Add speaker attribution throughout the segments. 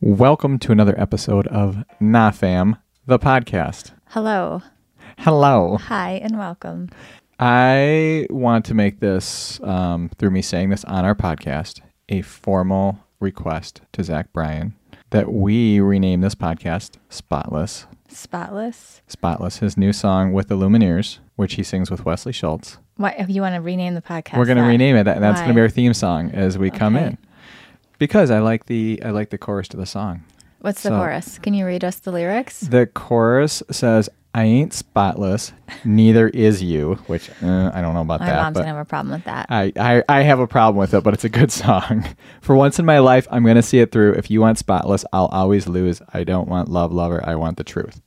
Speaker 1: Welcome to another episode of Nah Fam, the podcast.
Speaker 2: Hello.
Speaker 1: Hello.
Speaker 2: Hi, and welcome.
Speaker 1: I want to make this, um, through me saying this on our podcast, a formal request to Zach Bryan that we rename this podcast Spotless.
Speaker 2: Spotless.
Speaker 1: Spotless, his new song with the Lumineers, which he sings with Wesley Schultz.
Speaker 2: What if you want to rename the podcast?
Speaker 1: We're going to
Speaker 2: that?
Speaker 1: rename it, that- and that's going to be
Speaker 2: Why?
Speaker 1: our theme song as we come
Speaker 2: Okay.
Speaker 1: in, because I like the I like the chorus to the song.
Speaker 2: What's the
Speaker 1: so-
Speaker 2: chorus? Can you read us the lyrics?
Speaker 1: The chorus says, "I ain't spotless, neither is you," which uh, I don't know about
Speaker 2: My
Speaker 1: that,
Speaker 2: mom's
Speaker 1: but
Speaker 2: gonna have a problem with that.
Speaker 1: I, I I have a problem with it, but it's a good song. For once in my life, I'm gonna see it through. If you want spotless, I'll always lose. I don't want love, lover. I want the truth.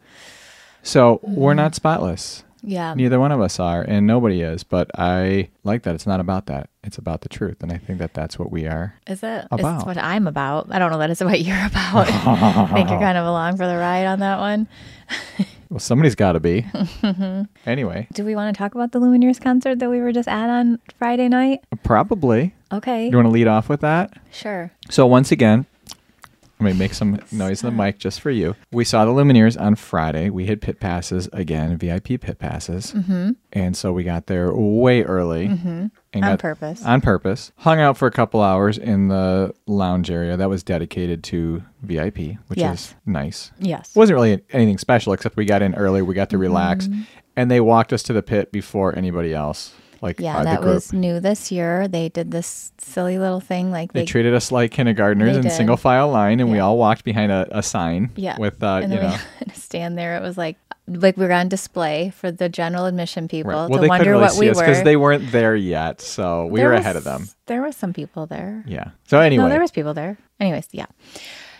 Speaker 1: So we're not spotless.
Speaker 2: yeah.
Speaker 1: Neither one of us are, and nobody is. But I like that. It's not about that. It's about the truth, and I think that that's what we are.
Speaker 2: Is it?
Speaker 1: About.
Speaker 2: It's what I'm about. I don't know that it's what you're about. I think you're kind of along for the ride on that one.
Speaker 1: Well, somebody's got to be. anyway,
Speaker 2: Do we want to talk about the Lumineers concert that we were just at on Friday night?
Speaker 1: probably.
Speaker 2: Okay.
Speaker 1: You want to lead off with that?
Speaker 2: Sure.
Speaker 1: So once again, let me make some noise in the mic just for you. We saw the Lumineers on Friday. We had pit passes again, VIP pit passes, mm-hmm. and so we got there way early and
Speaker 2: Mm-hmm. On
Speaker 1: got-
Speaker 2: purpose.
Speaker 1: On purpose, hung out for a couple hours in the lounge area that was dedicated to VIP, which
Speaker 2: Yes.
Speaker 1: is nice.
Speaker 2: yes.
Speaker 1: Wasn't really anything special except we got in early. We got to relax,
Speaker 2: Mm-hmm.
Speaker 1: and they walked us to the pit before anybody else. Like
Speaker 2: yeah,
Speaker 1: uh,
Speaker 2: that
Speaker 1: the group.
Speaker 2: was new this year. They did this silly little thing like
Speaker 1: They
Speaker 2: they
Speaker 1: treated us like kindergartners
Speaker 2: They
Speaker 1: in
Speaker 2: did.
Speaker 1: single file line, and we
Speaker 2: Yeah.
Speaker 1: all walked behind a, a sign
Speaker 2: Yeah.
Speaker 1: with, uh, you
Speaker 2: and then we
Speaker 1: know,
Speaker 2: had to stand there. It was like like we were on display for the general admission people
Speaker 1: right.
Speaker 2: to wonder what we were.
Speaker 1: because they weren't there yet, so we
Speaker 2: There
Speaker 1: were
Speaker 2: was-
Speaker 1: ahead of them.
Speaker 2: There was some people there.
Speaker 1: Yeah. So anyway,
Speaker 2: No, there was people there. Anyways, yeah.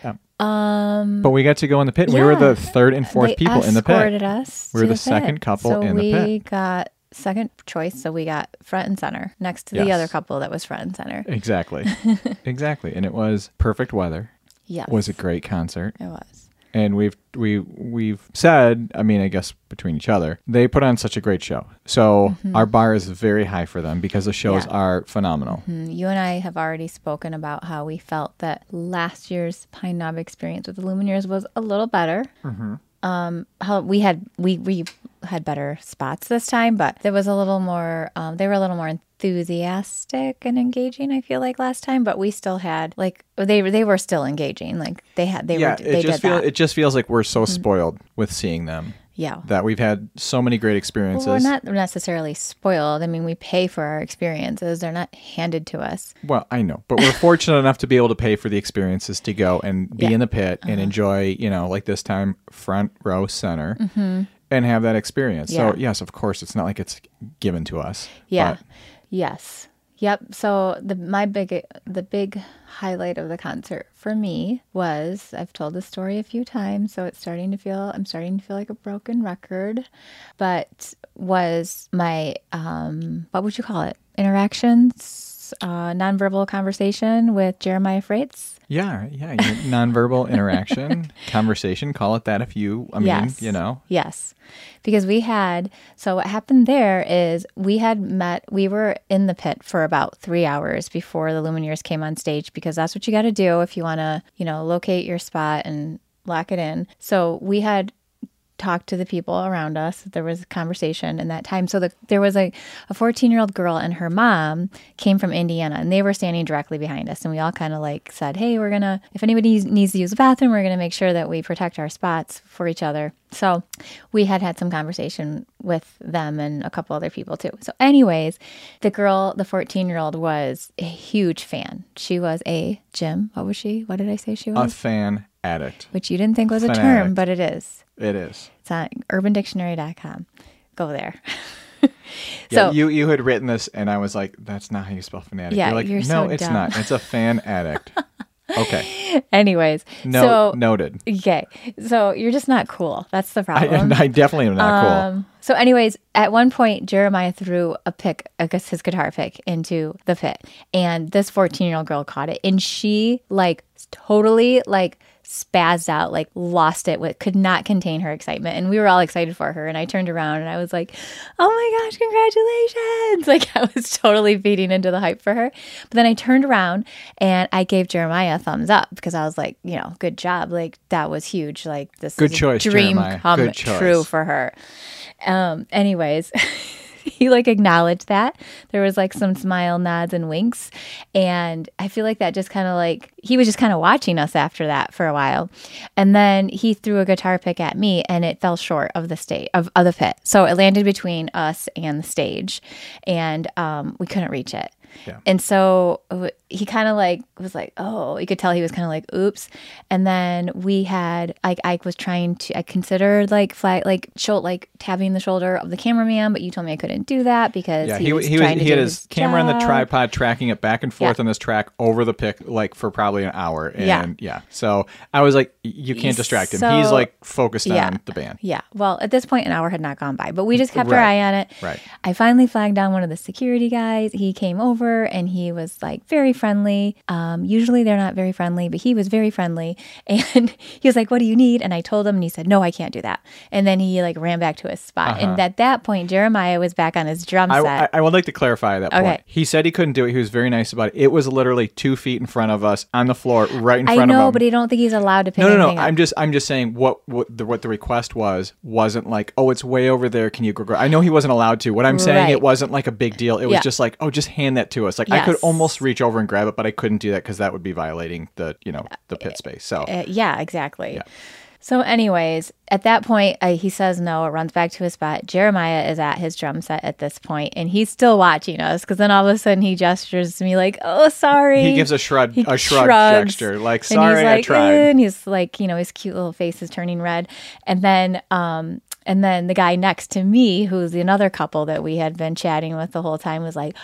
Speaker 1: but we got to go in the pit. and We were
Speaker 2: Yeah.
Speaker 1: the third and fourth
Speaker 2: they
Speaker 1: people in the
Speaker 2: escorted
Speaker 1: pit.
Speaker 2: us.
Speaker 1: We
Speaker 2: to
Speaker 1: were the
Speaker 2: pit.
Speaker 1: second couple
Speaker 2: so
Speaker 1: in the
Speaker 2: we
Speaker 1: pit.
Speaker 2: got second choice. So we got front and center next to the
Speaker 1: Yes.
Speaker 2: other couple that was front and center.
Speaker 1: Exactly. exactly. And it was perfect weather.
Speaker 2: Yes,
Speaker 1: Was a great concert.
Speaker 2: It was.
Speaker 1: and we've we we've said i mean i guess between each other they put on such a great show so our bar is very high for them because the shows
Speaker 2: Mm-hmm. Yeah.
Speaker 1: are phenomenal
Speaker 2: Mm, You and I have already spoken about how we felt that last year's Pine Knob experience with the Lumineers was a little better.
Speaker 1: Mm-hmm.
Speaker 2: Um, how we had we we had better spots this time, but there was a little more. Um, they were a little more enthusiastic and engaging. I feel like last time, but we still had like they were- they were still engaging. Like they had they
Speaker 1: yeah
Speaker 2: were they
Speaker 1: it just
Speaker 2: did
Speaker 1: feels
Speaker 2: that. Mm-hmm.
Speaker 1: it just feels like we're so spoiled with seeing them
Speaker 2: yeah.
Speaker 1: that we've had so many great experiences
Speaker 2: Well, we're not necessarily spoiled. I mean, we pay for our experiences. They're not handed to us.
Speaker 1: Well, I know, but we're fortunate enough to be able to pay for the experiences to go and be
Speaker 2: Yeah. Uh-huh.
Speaker 1: in the pit and enjoy, you know, like this time front row center and have that experience.
Speaker 2: Mm-hmm. Yeah.
Speaker 1: So, yes, of course, it's not like it's given to us.
Speaker 2: Yeah.
Speaker 1: but
Speaker 2: yes. Yep. So the my big the big highlight of the concert for me was I've told this story a few times, so it's starting to feel I'm starting to feel like a broken record, but was my um what would you call it interactions uh, nonverbal conversation with Jeremiah Freites.
Speaker 1: yeah, yeah, your nonverbal interaction, conversation, call it that if you, I mean,
Speaker 2: yes.
Speaker 1: you know,
Speaker 2: Yes. Because we had, so what happened there is we had met, we were in the pit for about three hours before the Lumineers came on stage because that's what you got to do if you want to, you know, locate your spot and lock it in. So we had talked to the people around us. There was a conversation in that time. So the, there was a, a 14 year old girl and her mom came from Indiana and they were standing directly behind us. And we all kind of like said, Hey, we're going to, if anybody needs to use the bathroom, we're going to make sure that we protect our spots for each other. So we had had some conversation with them and a couple other people too. So, anyways, the girl, the 14 year old, was a huge fan. She was a Jim. What was she? What did I say she was?
Speaker 1: a fan addict.
Speaker 2: Which you didn't think was a
Speaker 1: fanatic.
Speaker 2: term, but it is.
Speaker 1: It is.
Speaker 2: It's on urbandictionary.com. Go there.
Speaker 1: Yeah,
Speaker 2: so,
Speaker 1: you you had written this, and I was like, "That's not how you spell fanatic."
Speaker 2: Yeah,
Speaker 1: you're like,
Speaker 2: you're
Speaker 1: "No,
Speaker 2: so
Speaker 1: it's
Speaker 2: dumb."
Speaker 1: not. It's a fan addict." Okay,
Speaker 2: anyways,
Speaker 1: no,
Speaker 2: so
Speaker 1: noted.
Speaker 2: okay, so you're just not cool. That's the
Speaker 1: I,
Speaker 2: problem.
Speaker 1: I definitely am not cool.
Speaker 2: Um, so, anyways, at one point, Jeremiah threw a pick, I guess his guitar pick, into the pit, and this fourteen-year-old girl caught it, and she like totally like spazzed out, like lost it, what could not contain her excitement. And we were all excited for her. And I turned around and I was like, oh my gosh, congratulations. Like I was totally feeding into the hype for her. But then I turned around and I gave Jeremiah a thumbs up because I was like, you know, good job. Like that was huge. Like this
Speaker 1: Good
Speaker 2: is a
Speaker 1: choice,
Speaker 2: dream
Speaker 1: Jeremiah.
Speaker 2: come
Speaker 1: Good choice.
Speaker 2: true for her. Um, anyways, he like acknowledged that there was like some smile nods and winks and i feel like that just kind of like he was just kind of watching us after that for a while and then he threw a guitar pick at me and it fell short of the stage of, of the pit so it landed between us and the stage and um, we couldn't reach it
Speaker 1: Yeah.
Speaker 2: and so w- he kind of like was like, oh, you could tell he was kind of like, oops. And then we had like Ike was trying to. I considered like flat like shoulder like tapping the shoulder of the cameraman, but you told me I couldn't do that because
Speaker 1: Yeah,
Speaker 2: he,
Speaker 1: he,
Speaker 2: was
Speaker 1: he, was,
Speaker 2: trying to
Speaker 1: he had
Speaker 2: do
Speaker 1: his camera on the
Speaker 2: job.
Speaker 1: tripod, tracking it back and forth on this track over the pick, like for probably an hour.
Speaker 2: Yeah.
Speaker 1: And yeah, so I was like, y- you can't distract him. He's
Speaker 2: So-
Speaker 1: like focused
Speaker 2: Yeah.
Speaker 1: on the band.
Speaker 2: Yeah. Well, at this point, an hour had not gone by, but we just kept our
Speaker 1: Right.
Speaker 2: eye on it.
Speaker 1: Right.
Speaker 2: I finally flagged down one of the security guys. He came over and he was like very friendly. Um, usually they're not very friendly, but he was very friendly. And he was like, What do you need? And I told him, and he said, No, I can't do that. And then he like ran back to his spot. And at that point, Jeremiah was back on his drum
Speaker 1: Uh-huh. I,
Speaker 2: set.
Speaker 1: I, I would like to clarify that point.
Speaker 2: Okay.
Speaker 1: He said he couldn't do it. He was very nice about it. It was literally two feet in front of us on the floor, right in
Speaker 2: I
Speaker 1: front of him.
Speaker 2: know, but I don't think he's allowed to pick
Speaker 1: no, no, no.
Speaker 2: anything up.
Speaker 1: I'm just, I'm just saying what, what the what the request was wasn't like, oh, it's way over there. Can you go? grab-" I know he wasn't allowed to. What I'm saying, it
Speaker 2: Right.
Speaker 1: wasn't like a big deal. It was
Speaker 2: Yeah.
Speaker 1: just like, oh, just hand that to us. Like I could
Speaker 2: Yes.
Speaker 1: almost reach over and grab it, but I couldn't do that because that would be violating the, you know, the pit space. So
Speaker 2: Uh, yeah, exactly. So, anyways, at that point, uh, he says no. It runs back to his spot. Jeremiah is at his drum set at this point, and he's still watching us. Because then all of a sudden, he gestures to me like, "Oh, sorry."
Speaker 1: he gives a shrug,
Speaker 2: He
Speaker 1: a shrug
Speaker 2: shrugs,
Speaker 1: gesture, like
Speaker 2: and
Speaker 1: sorry,
Speaker 2: he's
Speaker 1: I
Speaker 2: like,
Speaker 1: tried.
Speaker 2: "Eh," and he's like, you know, his cute little face is turning red. And then, um, and then the guy next to me, who's the another couple that we had been chatting with the whole time, was like,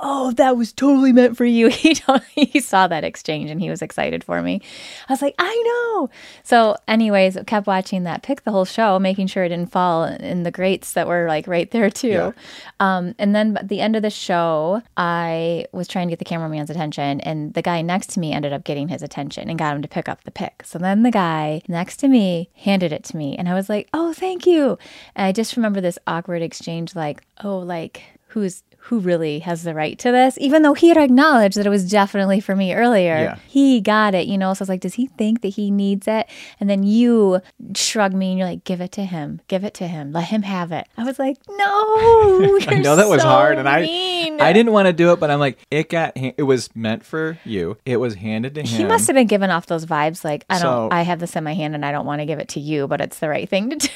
Speaker 2: "Oh, that was totally meant for you." He told- he saw that exchange and he was excited for me. I was like, "I know." So, anyways, I kept watching that pick the whole show, making sure it didn't fall in the grates that were like right there too.
Speaker 1: Yeah.
Speaker 2: Um, and then at the end of the show, I was trying to get the cameraman's attention, and the guy next to me ended up getting his attention and got him to pick up the pick. So then the guy next to me handed it to me, and I was like, "Oh, thank you." And I just remember this awkward exchange, like, "Oh, like who's who really has the right to this?" Even though he had acknowledged that it was definitely for me earlier,
Speaker 1: Yeah.
Speaker 2: he got it, you know. So I was like, "Does he think that he needs it?" And then you shrug me, and you're like, "Give it to him. Give it to him. Let him have it." I was like, "No."
Speaker 1: I
Speaker 2: You're
Speaker 1: know that was
Speaker 2: so
Speaker 1: hard, and I
Speaker 2: mean.
Speaker 1: I didn't want to do it, but I'm like, it got. ha- It was meant for you. It was handed to him.
Speaker 2: He must have been giving off those vibes, like I
Speaker 1: So-
Speaker 2: don't. I have this in my hand, and I don't want to give it to you, but it's the right thing to do.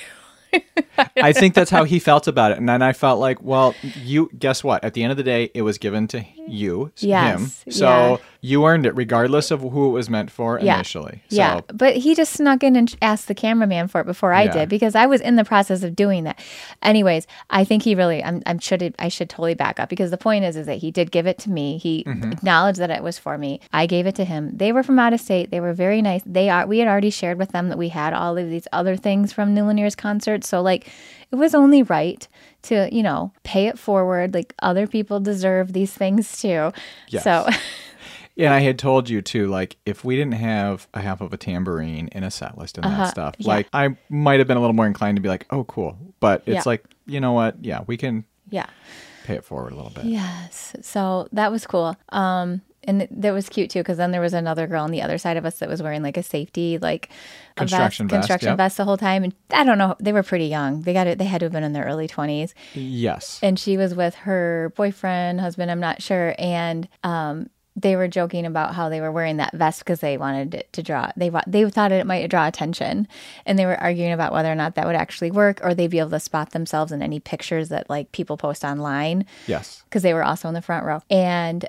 Speaker 1: I think that's how he felt about it, and then I felt like, well, you guess what? At the end of the day, it was given to you, s-
Speaker 2: Yes,
Speaker 1: him. So
Speaker 2: yeah.
Speaker 1: you earned it, regardless of who it was meant for
Speaker 2: Yeah.
Speaker 1: initially. So,
Speaker 2: yeah, but he just snuck in and asked the cameraman for it before I
Speaker 1: Yeah.
Speaker 2: did because I was in the process of doing that. Anyways, I think he really. I'm. I'm should. I should totally back up because the point is, is that he did give it to me. He
Speaker 1: Mm-hmm.
Speaker 2: acknowledged that it was for me. I gave it to him. They were from out of state. They were very nice. They are. We had already shared with them that we had all of these other things from New Lanier's concert. So like, it was only right to you know pay it forward. Like other people deserve these things too.
Speaker 1: Yes.
Speaker 2: So.
Speaker 1: And I had told you too, like if we didn't have a half of a tambourine and a set list and that stuff,
Speaker 2: Uh-huh. yeah.
Speaker 1: like I might have been a little more inclined to be like, oh, cool. But it's
Speaker 2: Yeah.
Speaker 1: like, you know what? Yeah, we can
Speaker 2: Yeah.
Speaker 1: pay it forward a little bit.
Speaker 2: Yes. So that was cool. Um, and th- that was cute too, because then there was another girl on the other side of us that was wearing like a safety, like a
Speaker 1: Construction vest,
Speaker 2: construction
Speaker 1: yep.
Speaker 2: vest the whole time. And I don't know, they were pretty young. They got it. They had to have been in their early twenties.
Speaker 1: Yes.
Speaker 2: And she was with her boyfriend, husband. I'm not sure. And um, they were joking about how they were wearing that vest because they wanted it to draw. They wa- they thought it might draw attention, and they were arguing about whether or not that would actually work, or they'd be able to spot themselves in any pictures that like people post online
Speaker 1: yes.
Speaker 2: because they were also in the front row. And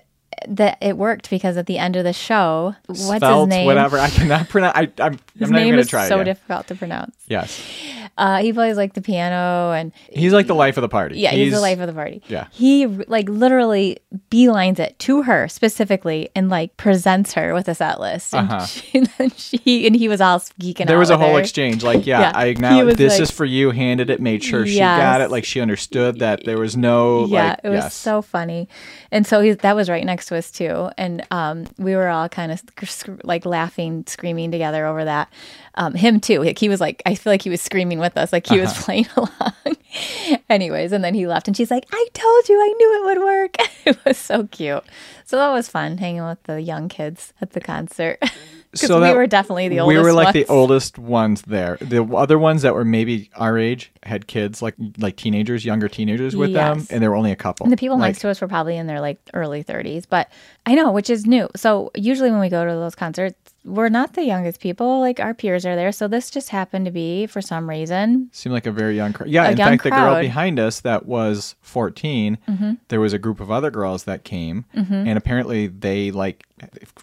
Speaker 2: that it worked because at the end of the show, what's
Speaker 1: Svelte,
Speaker 2: his name?
Speaker 1: Whatever. I cannot pronounce. I, I'm,
Speaker 2: His
Speaker 1: I'm not even
Speaker 2: name
Speaker 1: going
Speaker 2: is
Speaker 1: to try.
Speaker 2: so
Speaker 1: again.
Speaker 2: difficult to pronounce.
Speaker 1: Yes.
Speaker 2: Uh, he plays like the piano and
Speaker 1: He's like the life of the party.
Speaker 2: yeah, he's, the life of the party.
Speaker 1: yeah.
Speaker 2: He like literally beelines it to her specifically and like presents her with this set list. And,
Speaker 1: Uh-huh.
Speaker 2: she, and then she and he was all geeking out.
Speaker 1: There was a
Speaker 2: with
Speaker 1: whole
Speaker 2: her.
Speaker 1: exchange. Like, yeah,
Speaker 2: Yeah,
Speaker 1: I
Speaker 2: he
Speaker 1: acknowledge
Speaker 2: was
Speaker 1: this
Speaker 2: like-
Speaker 1: is for you. Handed it, made sure she got
Speaker 2: Yes.
Speaker 1: it. Like, she understood that there was no,
Speaker 2: Yeah,
Speaker 1: like,
Speaker 2: it was
Speaker 1: yes.
Speaker 2: so funny, and so he, that was right next to us too, and um, we were all kind of sc- sc- like laughing, screaming together over that. Um, him too. Like, he was like, I feel like he was screaming with us, like he
Speaker 1: Uh-huh.
Speaker 2: was playing along. Anyways, and then he left, and she's like, "I told you, I knew it would work." it was so cute. So that was fun hanging with the young kids at the concert because
Speaker 1: So
Speaker 2: we
Speaker 1: that-
Speaker 2: were definitely the
Speaker 1: we
Speaker 2: oldest.
Speaker 1: were like the
Speaker 2: ones.
Speaker 1: oldest ones there. The other ones that were maybe our age had kids, like like teenagers, younger teenagers with them,
Speaker 2: Yes.
Speaker 1: and there were only a couple.
Speaker 2: And the people
Speaker 1: like,
Speaker 2: next to us were probably in their like early 30s, but I know, which is new. So usually when we go to those concerts, we're not the youngest people. Like our peers are there. So this just happened to be for some reason.
Speaker 1: seemed like a very young crowd. Yeah,
Speaker 2: A
Speaker 1: in
Speaker 2: young
Speaker 1: fact, the girl
Speaker 2: crowd. Mm-hmm.
Speaker 1: behind us that was 14, there was a group of other girls that came, and apparently they like,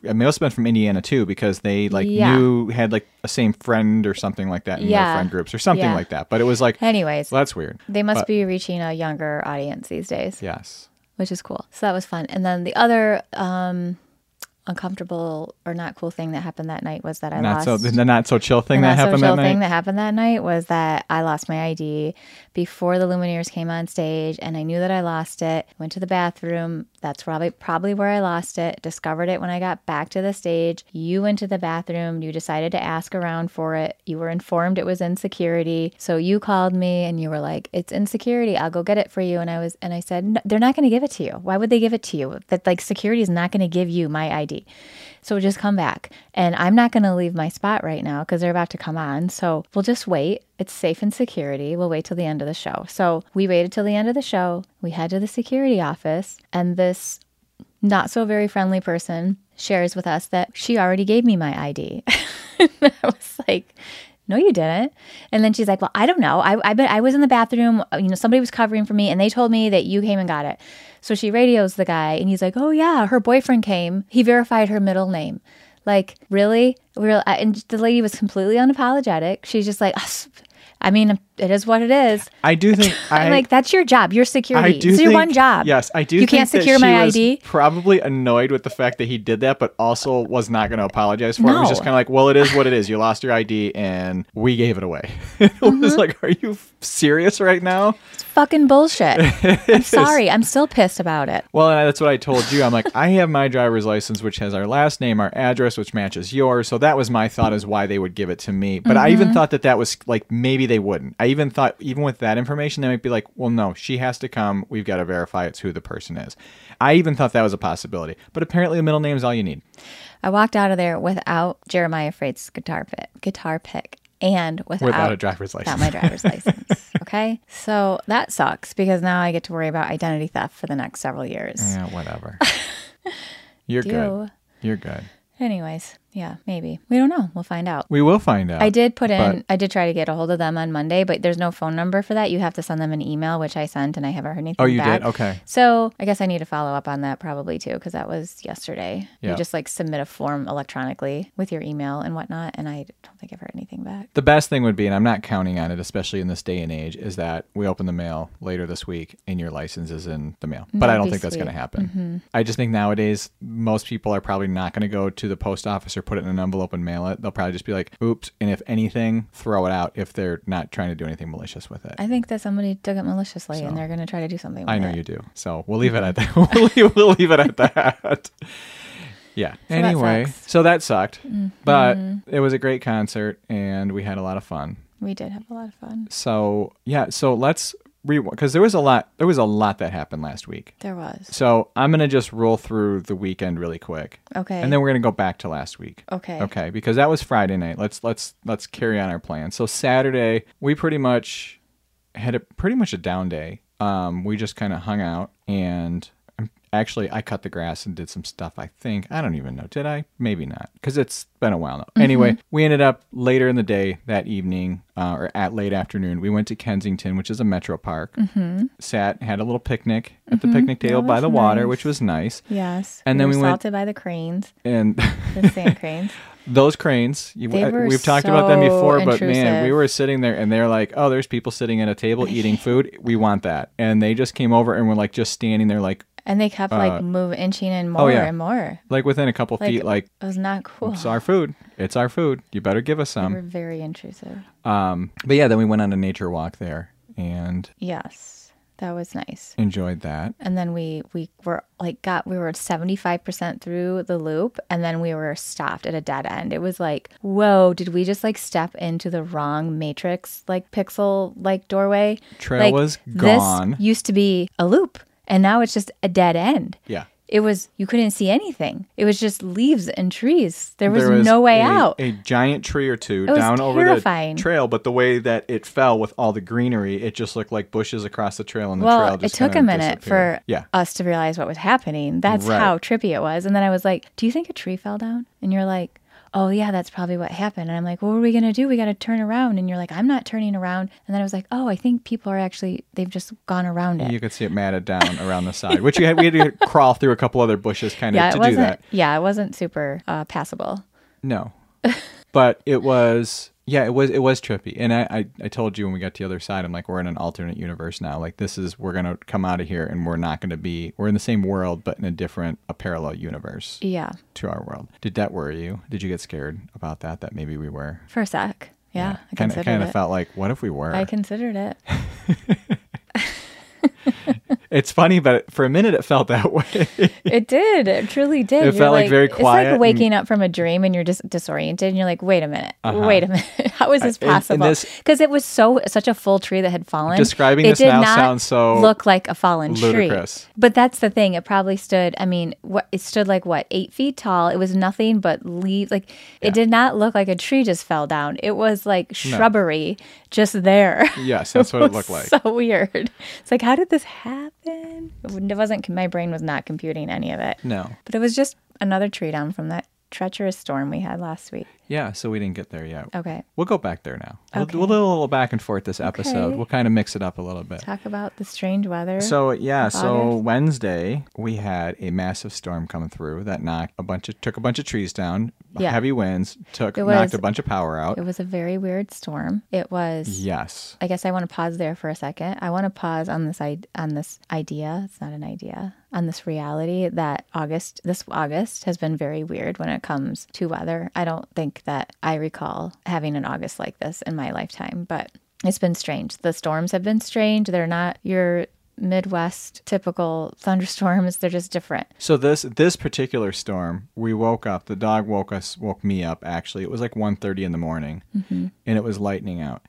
Speaker 1: I must have been from Indiana too, because they like
Speaker 2: Yeah.
Speaker 1: knew had like a same friend or something like that in their
Speaker 2: Yeah.
Speaker 1: friend groups or something
Speaker 2: Yeah.
Speaker 1: like that. But it was like,
Speaker 2: Anyways,
Speaker 1: well, that's weird.
Speaker 2: they must
Speaker 1: but-
Speaker 2: be reaching a younger audience these days,
Speaker 1: Yes.
Speaker 2: which is cool. So that was fun. And then the other um, uncomfortable or not cool thing that happened that night was that I
Speaker 1: Not
Speaker 2: lost.
Speaker 1: so the not so chill thing that
Speaker 2: last
Speaker 1: happened
Speaker 2: social
Speaker 1: that night.
Speaker 2: thing that happened that night was that I lost my ID before the Lumineers came on stage, and I knew that I lost it. Went to the bathroom. That's probably probably where I lost it. Discovered it when I got back to the stage. You went to the bathroom. You decided to ask around for it. You were informed it was in security, so you called me and you were like, "It's in security. I'll go get it for you." And I was, and I said, no, "They're not going to give it to you. Why would they give it to you? That like security is not going to give you my ID." So just come back. And I'm not going to leave my spot right now because they're about to come on. So we'll just wait. It's safe and security. We'll wait till the end of the show. So we waited till the end of the show. We head to the security office, and this not so very friendly person shares with us that she already gave me my ID. I was like, no, you didn't. And then she's like, well, I don't know. I, I bet I was in the bathroom. uh, You know, somebody was covering for me and they told me that you came and got it. So she radios the guy and he's like, oh, yeah, her boyfriend came. He verified her middle name. Like, really? Real? uh, And the lady was completely unapologetic. She's just like, I mean, it is what it is.
Speaker 1: I do think I
Speaker 2: I'm like, that's your job, your security.
Speaker 1: I do
Speaker 2: it's your
Speaker 1: think-
Speaker 2: one job.
Speaker 1: Yes, I do.
Speaker 2: You
Speaker 1: think
Speaker 2: can't
Speaker 1: that
Speaker 2: secure
Speaker 1: she
Speaker 2: my
Speaker 1: was
Speaker 2: ID.
Speaker 1: Probably annoyed with the fact that he did that, but also was not going to apologize for it. It was
Speaker 2: No.
Speaker 1: just kind of like, well, it is what it is. You lost your ID, and we gave it away. it
Speaker 2: Mm-hmm.
Speaker 1: was like, are you f- serious right now?
Speaker 2: fucking bullshit. I'm sorry. I'm still pissed about it.
Speaker 1: Well, and I- that's what I told you. I'm like, I have my driver's license, which has our last name, our address, which matches yours. So that was my thought as why they would give it to me. But I even thought that that was like maybe they wouldn't. I even thought even with that information, they might be like, well, no, she has to come. We've got to verify it's who the person is. I even thought that was a possibility. But apparently, the middle name is all you need.
Speaker 2: I walked out of there without Jeremiah Freight's guitar pick, guitar pick, and without,
Speaker 1: Without a driver's
Speaker 2: without
Speaker 1: license.
Speaker 2: my driver's license. Okay, so that sucks because now I get to worry about identity theft for the next several years.
Speaker 1: yeah, whatever. You're
Speaker 2: Dew.
Speaker 1: good. You're good.
Speaker 2: Anyways, yeah, maybe we don't know. We'll find out.
Speaker 1: We will find out.
Speaker 2: I did put in.
Speaker 1: but-
Speaker 2: I did try to get a hold of them on Monday, but there's no phone number for that. You have to send them an email, which I sent, and I haven't heard anything.
Speaker 1: Oh, you
Speaker 2: back.
Speaker 1: did? Okay.
Speaker 2: So I guess I need to follow up on that probably too, because that was yesterday.
Speaker 1: Yeah.
Speaker 2: You just like submit a form electronically with your email and whatnot, and I don't think I've heard anything back.
Speaker 1: The best thing would be, and I'm not counting on it, especially in this day and age, is that we open the mail later this week and your license is in the mail. But I
Speaker 2: That'd
Speaker 1: don't
Speaker 2: be
Speaker 1: think that's going to
Speaker 2: sweet. Mm-hmm.
Speaker 1: happen. I just think nowadays most people are probably not going to go to the post office or put it in an envelope and mail it. They'll probably just be like, "Oops," and if anything, throw it out if they're not trying to do anything malicious with it.
Speaker 2: I think that somebody took it maliciously, and they're going to try to do something. With
Speaker 1: I know
Speaker 2: it.
Speaker 1: you do. So we'll leave it at that. we'll, leave, we'll leave it at that. Yeah.
Speaker 2: that
Speaker 1: anyway,
Speaker 2: sucks. Mm-hmm.
Speaker 1: so that sucked, but it was a great concert and we had a lot of fun.
Speaker 2: We did have a lot of fun.
Speaker 1: So yeah, so let's rewind because there was a lot. There was a lot that happened last week.
Speaker 2: There was
Speaker 1: So I'm gonna just roll through the weekend really quick,
Speaker 2: okay.
Speaker 1: and then we're gonna go back to last week.
Speaker 2: okay.
Speaker 1: Okay, because that was Friday night. Let's let's let's carry on our plan. So Saturday we pretty much had a pretty much a down day. Um, we just kind of hung out, and I'm, Actually, I cut the grass and did some stuff, I think. I don't even know. Did I? Maybe not, because it's been a while now. Anyway, we ended up later in the day that evening uh, or at late afternoon. We went to Kensington, which is a metro park, mm-hmm. sat, had a little picnic at the picnic table by the water, which was nice.
Speaker 2: Yes.
Speaker 1: And then
Speaker 2: were
Speaker 1: we went-
Speaker 2: salted by the cranes,
Speaker 1: And
Speaker 2: the sand cranes.
Speaker 1: those cranes, you,
Speaker 2: They
Speaker 1: I-
Speaker 2: were
Speaker 1: we've talked about them
Speaker 2: so
Speaker 1: before, but man,
Speaker 2: intrusive.
Speaker 1: we were sitting there and they're like, oh, there's people sitting at a table eating food. We want that. And they just came over and were like just standing there, like,
Speaker 2: And they kept like moving, inching in more
Speaker 1: Uh, oh, yeah.
Speaker 2: and more.
Speaker 1: like within a couple
Speaker 2: Like,
Speaker 1: feet, like,
Speaker 2: it was not cool.
Speaker 1: it's our food. It's our food. You better give us
Speaker 2: They were
Speaker 1: some.
Speaker 2: very intrusive.
Speaker 1: Um, but yeah, then we went on a nature walk there and
Speaker 2: Yes, that was nice.
Speaker 1: enjoyed that.
Speaker 2: And then we we were like got we were seventy five percent through the loop, and then we were stopped at a dead end. It was like, whoa, did we just like step into the wrong matrix like pixel like doorway?
Speaker 1: Trail
Speaker 2: Like,
Speaker 1: was gone.
Speaker 2: This used to be a loop, and now it's just a dead end.
Speaker 1: Yeah.
Speaker 2: It was you couldn't see anything. It was just leaves and trees. There was,
Speaker 1: There was
Speaker 2: no way
Speaker 1: a-
Speaker 2: out.
Speaker 1: A giant tree or two
Speaker 2: was
Speaker 1: down over
Speaker 2: terrifying.
Speaker 1: the trail, but the way that it fell with all the greenery, it just looked like bushes across the trail, and the
Speaker 2: well,
Speaker 1: trail
Speaker 2: it
Speaker 1: just
Speaker 2: took a
Speaker 1: kinda
Speaker 2: minute
Speaker 1: disappeared.
Speaker 2: for
Speaker 1: yeah.
Speaker 2: us to realize what was happening. That's
Speaker 1: Right.
Speaker 2: how trippy it was. And then I was like, "Do you think a tree fell down?" And you're like, "Oh yeah, that's probably what happened." And I'm like, "What were we gonna do? We gotta turn around." And you're like, "I'm not turning around." And then I was like, "Oh, I think people are actually they've just gone around it."
Speaker 1: You could see it matted down around the side, which you had, we had to crawl through a couple other bushes kind of
Speaker 2: yeah, it
Speaker 1: to
Speaker 2: wasn't.
Speaker 1: do that.
Speaker 2: Yeah, it wasn't super uh, passable.
Speaker 1: No, but it was yeah, it was it was trippy, and I, I I told you when we got to the other side, I'm like we're in an alternate universe now. Like this is we're gonna come out of here, and we're not gonna be we're in the same world, but in a different a parallel universe
Speaker 2: Yeah,
Speaker 1: to our world. Did that worry you? Did you get scared about that? That maybe we were.
Speaker 2: for a sec. Yeah, I
Speaker 1: Kind of
Speaker 2: considered
Speaker 1: kind
Speaker 2: it.
Speaker 1: of felt like what if we were?
Speaker 2: I considered it.
Speaker 1: it's funny, but for a minute it felt that way.
Speaker 2: It did. It truly did.
Speaker 1: It
Speaker 2: You're
Speaker 1: felt, like, very
Speaker 2: It's
Speaker 1: quiet
Speaker 2: like waking up from a dream and you're just disoriented and you're like, wait a minute, wait a minute. How is this
Speaker 1: Uh-huh. and- and
Speaker 2: possible?
Speaker 1: this-
Speaker 2: Because it was so such a full tree that had fallen.
Speaker 1: Describing
Speaker 2: it
Speaker 1: this
Speaker 2: did
Speaker 1: now
Speaker 2: not
Speaker 1: sounds so
Speaker 2: look like a fallen
Speaker 1: ludicrous.
Speaker 2: tree. But that's the thing. It probably stood. I mean, what it stood like what eight feet tall. It was nothing but leaves. Like it did not look like a tree just fell down. It was like shrubbery just there.
Speaker 1: yes, that's what it looked like.
Speaker 2: so weird. It's like, how did this happen? It wasn't. My brain was not computing any of it.
Speaker 1: No.
Speaker 2: But it was just another tree down from that treacherous storm we had last week.
Speaker 1: Yeah, so we didn't get there yet.
Speaker 2: Okay.
Speaker 1: We'll go back there now. We'll,
Speaker 2: Okay.
Speaker 1: we'll do a little back and forth this episode.
Speaker 2: Okay.
Speaker 1: We'll kind of mix it up a little bit.
Speaker 2: Talk about the strange weather.
Speaker 1: So yeah, so
Speaker 2: August.
Speaker 1: Wednesday we had a massive storm coming through that knocked a bunch of took a bunch of trees down.
Speaker 2: Yeah.
Speaker 1: Heavy winds took
Speaker 2: It
Speaker 1: knocked
Speaker 2: was-
Speaker 1: a bunch of power out.
Speaker 2: it was a very weird storm. It was
Speaker 1: yes.
Speaker 2: I guess I want to pause there for a second. I want to pause on this I- on this idea. It's not an idea. On this reality that August, this August has been very weird when it comes to weather. I don't think that I recall having an August like this in my lifetime, but it's been strange. The storms have been strange. They're not your Midwest typical thunderstorms. They're just different.
Speaker 1: So this this particular storm, we woke up. The dog woke us, woke me up. Actually, it was like 1.30 in the morning,
Speaker 2: Mm-hmm.
Speaker 1: and it was lightning out.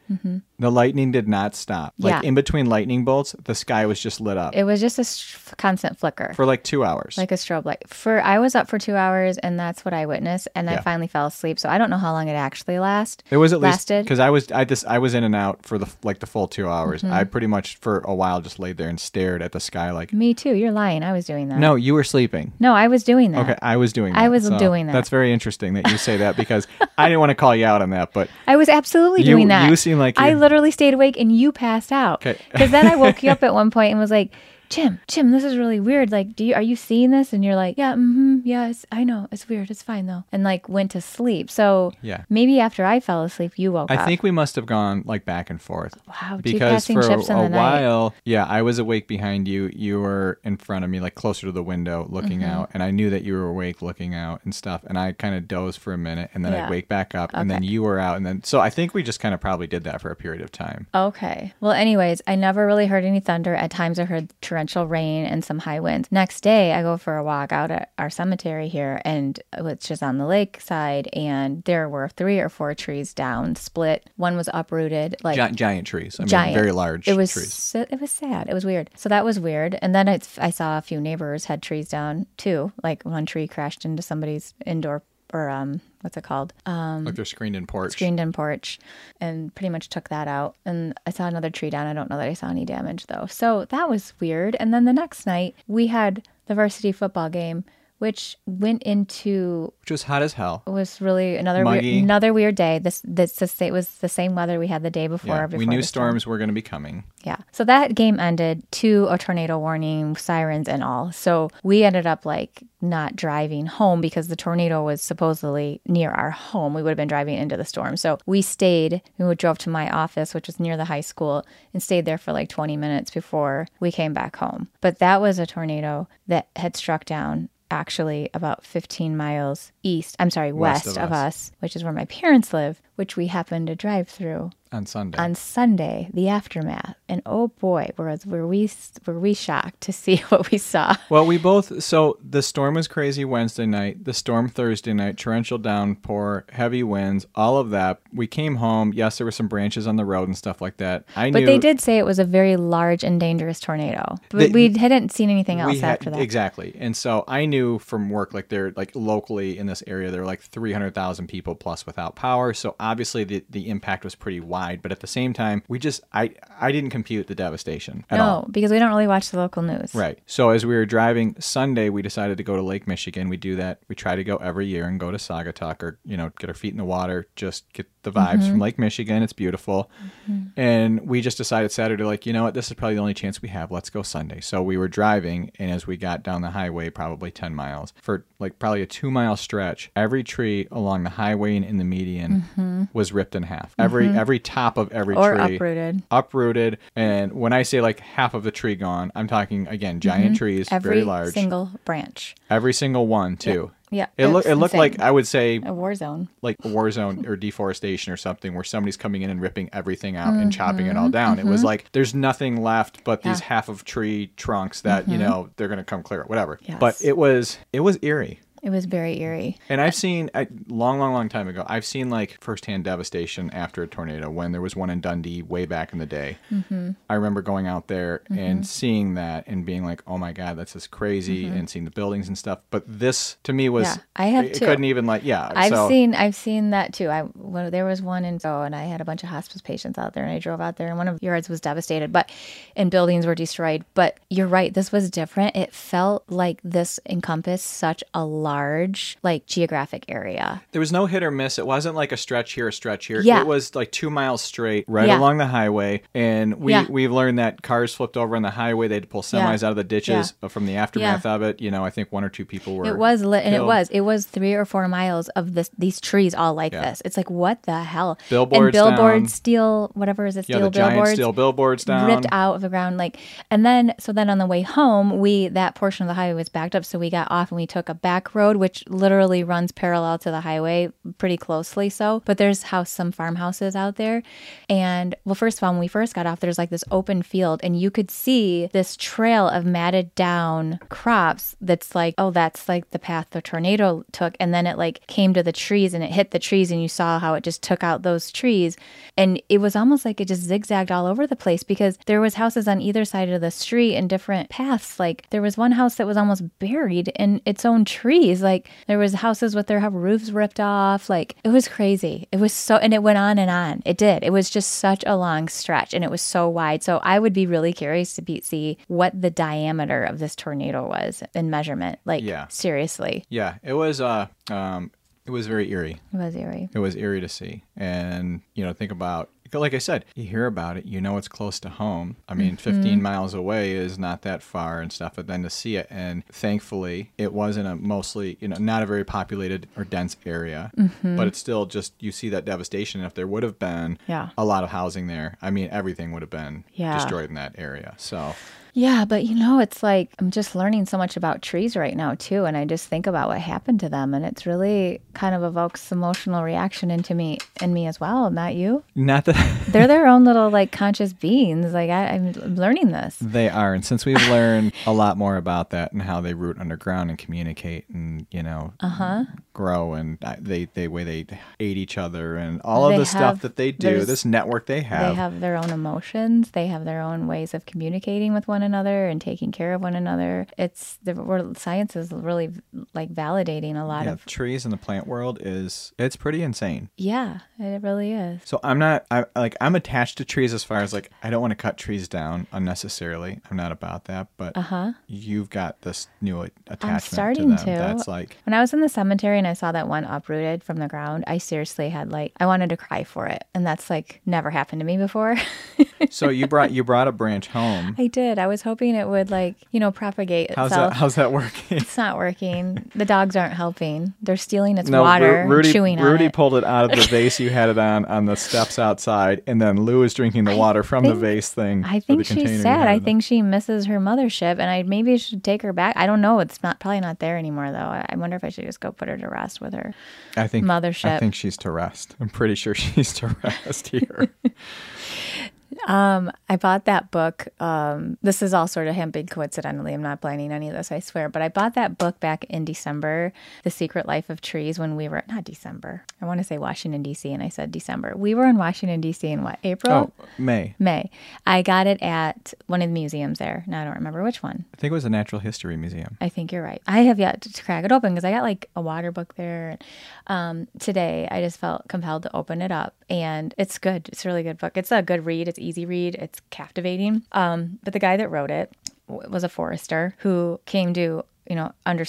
Speaker 1: The lightning did not stop. Like
Speaker 2: Yeah.
Speaker 1: in between lightning bolts, the sky was just lit up
Speaker 2: It was just a s- constant flicker.
Speaker 1: for like two hours.
Speaker 2: like a strobe light for i was up for two hours and that's what i witnessed and
Speaker 1: Yeah.
Speaker 2: i finally fell asleep so i don't know how long it actually lasted
Speaker 1: It was at least
Speaker 2: lasted.
Speaker 1: because I was I this I was in and out for the like the full two hours.
Speaker 2: Mm-hmm.
Speaker 1: I pretty much for a while just laid there and stared at the sky like
Speaker 2: me too you're lying i was doing that
Speaker 1: no you were sleeping.
Speaker 2: no i was doing that
Speaker 1: Okay, I was doing. that.
Speaker 2: I was doing that.
Speaker 1: That's very interesting that you say that because I didn't want to call you out on that, but
Speaker 2: i was absolutely
Speaker 1: You-
Speaker 2: doing that
Speaker 1: you seem like
Speaker 2: i
Speaker 1: you-
Speaker 2: literally stayed awake and you passed out
Speaker 1: Okay.
Speaker 2: because then i woke you up at one point and was like jim jim this is really weird like do you are you seeing this and you're like yeah mm-hmm yeah it's, i know it's weird it's fine though and like went to sleep so
Speaker 1: Yeah.
Speaker 2: maybe after i fell asleep you woke
Speaker 1: I
Speaker 2: up
Speaker 1: think we must have gone like back and forth.
Speaker 2: wow two
Speaker 1: Because
Speaker 2: passing
Speaker 1: for a,
Speaker 2: ships in the night
Speaker 1: while, yeah, I was awake behind you. You were in front of me, like closer to the window, looking
Speaker 2: Mm-hmm.
Speaker 1: out, and I knew that you were awake, looking out and stuff. And I kind of dozed for a minute, and then I'd
Speaker 2: Yeah.
Speaker 1: wake back up, and then you were out, and then so I think we just kind of probably did that for a period of time.
Speaker 2: Okay. Well, anyways, I never really heard any thunder. At times, I heard torrential rain and some high winds. Next day, I go for a walk out at our cemetery here, and which is on the lake side, and there were three or four trees down, split. One was uprooted, like
Speaker 1: Gi- giant trees. I mean,
Speaker 2: Giant.
Speaker 1: very large
Speaker 2: it was
Speaker 1: trees.
Speaker 2: sa- it was sad. It was weird. So that was weird. And then I, I saw a few neighbors had trees down too. Like one tree crashed into somebody's indoor or um what's it called
Speaker 1: like they're screened in porch.
Speaker 2: screened in porch and pretty much took that out and i saw another tree down i don't know that i saw any damage though so that was weird and then the next night we had the varsity football game, which went into
Speaker 1: which was hot as hell.
Speaker 2: was really another weird,
Speaker 1: Muggy.
Speaker 2: another weird day. This this, this it was the same weather we had the day before.
Speaker 1: Yeah,
Speaker 2: before
Speaker 1: we knew
Speaker 2: the storm.
Speaker 1: storms were going to be coming.
Speaker 2: Yeah. So that game ended to a tornado warning, sirens and all. So we ended up like not driving home because the tornado was supposedly near our home. We would have been driving into the storm. So we stayed, we would drove to my office, which was near the high school, and stayed there for like 20 minutes before we came back home. But that was a tornado that had struck down actually about 15 miles east, I'm sorry, west,
Speaker 1: West of
Speaker 2: of,
Speaker 1: us.
Speaker 2: us, which is where my parents live, which we happened to drive through
Speaker 1: On Sunday.
Speaker 2: on Sunday, the aftermath, and oh boy, were were we were we shocked to see what we saw.
Speaker 1: Well, we both. So the storm was crazy Wednesday night. The storm Thursday night. Torrential downpour, heavy winds, all of that. We came home. Yes, there were some branches on the road and stuff like that. I
Speaker 2: But
Speaker 1: knew.
Speaker 2: they did say it was a very large and dangerous tornado. But
Speaker 1: They-
Speaker 2: we hadn't seen anything
Speaker 1: we e-
Speaker 2: else
Speaker 1: had-
Speaker 2: after that.
Speaker 1: Exactly. And so I knew from work, like they're like locally in this area, there were like 300,000 people plus without power. So obviously the, the impact was pretty wide. But at the same time, we just, I, I didn't compute the devastation at
Speaker 2: no,
Speaker 1: all.
Speaker 2: because we don't really watch the local news.
Speaker 1: Right. So as we were driving Sunday, we decided to go to Lake Michigan. We do that. We try to go every year and go to Sagatuck or, you know, get our feet in the water, just get the vibes from Lake Michigan. It's beautiful. And we just decided Saturday, like, you know what, this is probably the only chance we have. Let's go Sunday. So we were driving and as we got down the highway, probably 10 miles, for like probably a two mile stretch, every tree along the highway and in the median was ripped in half. Every every top of every
Speaker 2: Or
Speaker 1: tree
Speaker 2: uprooted.
Speaker 1: uprooted. And when I say like half of the tree gone, I'm talking again giant trees,
Speaker 2: Mm-hmm. Every
Speaker 1: very large,
Speaker 2: single branch.
Speaker 1: every single one too.
Speaker 2: Yeah.
Speaker 1: It looked
Speaker 2: was
Speaker 1: it looked
Speaker 2: insane.
Speaker 1: like I would say
Speaker 2: a war zone.
Speaker 1: like a war zone or deforestation or something where somebody's coming in and ripping everything out and chopping it all down. It was like there's nothing left but these
Speaker 2: Mm-hmm. Yeah. Mm-hmm.
Speaker 1: half of tree trunks that you know they're gonna come clear it, whatever. But
Speaker 2: Yes.
Speaker 1: it was it was eerie.
Speaker 2: It was very eerie.
Speaker 1: And I've seen a long, long, long time ago. I've seen like firsthand devastation after a tornado when there was one in Dundee way back in the day. Mm-hmm. I remember going out there
Speaker 2: Mm-hmm.
Speaker 1: and seeing that and being like, "Oh my god, that's just crazy!" And seeing the buildings and stuff. But this to me was
Speaker 2: Yeah, I have
Speaker 1: it
Speaker 2: too.
Speaker 1: couldn't even like yeah.
Speaker 2: I've
Speaker 1: so,
Speaker 2: seen I've seen that too. I well, there was one in oh, and I had a bunch of hospice patients out there, and I drove out there, and one of the yards was devastated, but and buildings were destroyed. But you're right, this was different. It felt like this encompassed such a large like geographic area.
Speaker 1: there was no hit or miss. It wasn't like a stretch here, a stretch here.
Speaker 2: Yeah.
Speaker 1: It was like two miles straight, right
Speaker 2: Yeah.
Speaker 1: along the highway. And we
Speaker 2: Yeah.
Speaker 1: we've learned that cars flipped over on the highway. They had to pull
Speaker 2: Yeah.
Speaker 1: semis out of the ditches uh from the aftermath of it. You know, I think one or two people were.
Speaker 2: It was lit, and it
Speaker 1: killed.
Speaker 2: was it was three or four miles of this these trees all like this. It's like what the hell? and
Speaker 1: Billboards
Speaker 2: billboards,
Speaker 1: down.
Speaker 2: steel whatever is it?
Speaker 1: Yeah,
Speaker 2: Steel
Speaker 1: the giant
Speaker 2: billboards.
Speaker 1: steel billboards down.
Speaker 2: ripped out of the ground like and then so then on the way home we that portion of the highway was backed up so we got off and we took a back road which literally runs parallel to the highway pretty closely so but there's house some farmhouses out there and well first of all when we first got off there's like this open field and you could see this trail of matted down crops that's like oh that's like the path the tornado took and then it like came to the trees and it hit the trees and you saw how it just took out those trees and it was almost like it just zigzagged all over the place because there was houses on either side of the street and different paths like there was one house that was almost buried in its own trees like there was houses with their roofs ripped off like it was crazy it was so and it went on and on it did it was just such a long stretch and it was so wide so i would be really curious to be, see what the diameter of this tornado was in measurement like
Speaker 1: Yeah.
Speaker 2: seriously
Speaker 1: Yeah, it was. Uh, um, it was very eerie.
Speaker 2: it was eerie
Speaker 1: It was eerie to see, and you know, think about. Like I said, you hear about it, you know it's close to home. I
Speaker 2: Mm-hmm.
Speaker 1: mean, 15 miles away is not that far and stuff, but then to see it, and thankfully, it wasn't a mostly, you know, not a very populated or dense area,
Speaker 2: Mm-hmm.
Speaker 1: but it's still just, you see that devastation. And if there would have been
Speaker 2: Yeah.
Speaker 1: a lot of housing there, I mean, everything would have been
Speaker 2: Yeah.
Speaker 1: destroyed in that area. So,
Speaker 2: Yeah, but you know, it's like I'm just learning so much about trees right now, too. And I just think about what happened to them. And it's really kind of evokes emotional reaction into me and me as well, not you.
Speaker 1: not that.
Speaker 2: They're their own little like conscious beings. Like I, I'm learning this.
Speaker 1: They are, and since we've learned a lot more about that and how they root underground and communicate, and you know, uh-huh. grow and uh, they they way they aid each other and all
Speaker 2: They
Speaker 1: of the stuff
Speaker 2: have-
Speaker 1: that they do,
Speaker 2: there's-
Speaker 1: this network they have.
Speaker 2: They have their own emotions. They have their own ways of communicating with one another and taking care of one another. It's the we're, science is really like validating a lot
Speaker 1: yeah,
Speaker 2: of
Speaker 1: trees in the plant world is it's pretty insane.
Speaker 2: yeah. It really is.
Speaker 1: So I'm not I, like I'm attached to trees as far as like I don't want to cut trees down unnecessarily. I'm not about that, but uh-huh. you've got this new a- attachment
Speaker 2: starting
Speaker 1: to them
Speaker 2: to.
Speaker 1: that's like
Speaker 2: When I was in the cemetery and I saw that one uprooted from the ground, I seriously had like I wanted to cry for it, and that's like never happened to me before.
Speaker 1: so you brought you brought a branch home.
Speaker 2: I did. I was hoping it would like you know propagate
Speaker 1: How's
Speaker 2: itself.
Speaker 1: that how's that working?
Speaker 2: It's not working. The dogs aren't helping. They're stealing its
Speaker 1: Ru-
Speaker 2: water, and
Speaker 1: Rudy,
Speaker 2: chewing
Speaker 1: Rudy
Speaker 2: on it.
Speaker 1: pulled it out of the vase you had it on on the steps outside, and then Lou is drinking the water from the
Speaker 2: think-
Speaker 1: vase thing.
Speaker 2: I
Speaker 1: or the
Speaker 2: think
Speaker 1: container you
Speaker 2: she's sad.
Speaker 1: had
Speaker 2: I
Speaker 1: it in.
Speaker 2: think she misses her mothership, and I maybe should take her back. I don't know. It's not probably not there anymore though. I I wonder if I should just go put her to rest with her.
Speaker 1: I think I
Speaker 2: mothership.
Speaker 1: think she's to rest. I'm pretty sure she's to rest here.
Speaker 2: I bought that book. Um, this is all sort of happened coincidentally. I'm not planning any of this, I swear. But I bought that book back in December, The Secret Life of Trees, when we were not December. I want to say Washington D.C. and I said December. We were in Washington D.C. in what April,
Speaker 1: oh, May.
Speaker 2: May. I got it at one of the museums there. Now I don't remember which one.
Speaker 1: I think it was a natural history museum.
Speaker 2: I think you're right. I have yet to crack it open because I got like a water book there. Um, today, I just felt compelled to open it up, and it's good. It's a really good book. It's a good read. It's easy read. It's captivating. Um, but the guy that wrote it w- was a forester who came to you know under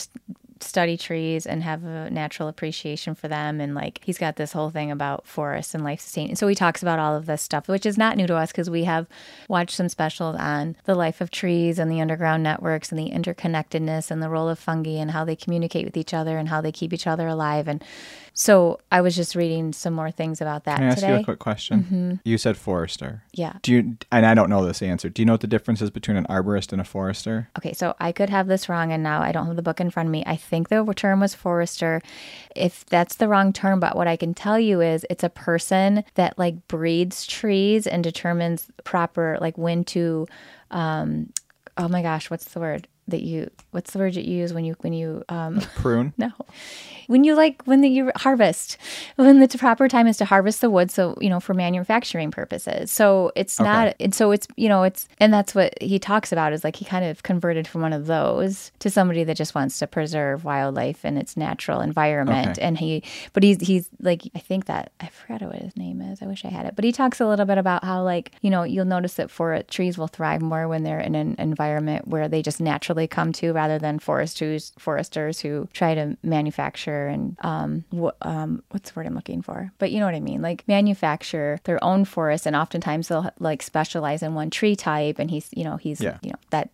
Speaker 2: study trees and have a natural appreciation for them and like he's got this whole thing about forests and life sustain and so he talks about all of this stuff which is not new to us because we have watched some specials on the life of trees and the underground networks and the interconnectedness and the role of fungi and how they communicate with each other and how they keep each other alive and so i was just reading some more things about that
Speaker 1: Can I ask you
Speaker 2: today Mm-hmm.
Speaker 1: a quick question? You said forester.
Speaker 2: yeah
Speaker 1: Do you? And I don't know this answer. Do you know what the difference is between an arborist and a forester?
Speaker 2: Okay, so I could have this wrong, and now I don't have the book in front of me. I think the term was forester. If that's the wrong term, but what I can tell you is it's a person that like breeds trees and determines proper like when to, um, oh my gosh, what's the word that you? What's the word that you use when you when you um,
Speaker 1: Prune.
Speaker 2: no. When you like when the, you harvest, when the proper time is to harvest the wood, so you know for manufacturing purposes. So it's not, and so it's you know it's, and that's what he talks about is like he kind of converted from one of those to somebody that just wants to preserve wildlife in its natural environment.
Speaker 1: Okay.
Speaker 2: And he, but he's he's like I think that I forgot what his name is. I wish I had it, but he talks a little bit about how like you know you'll notice that for uh, trees will thrive more when they're in an environment where they just naturally come to rather than foresters foresters who try to manufacture and um, w- um what's the word I'm looking for but you know what I mean like manufacture their own forest and oftentimes they'll like specialize in one tree type and he's you know he's
Speaker 1: Yeah.
Speaker 2: you know that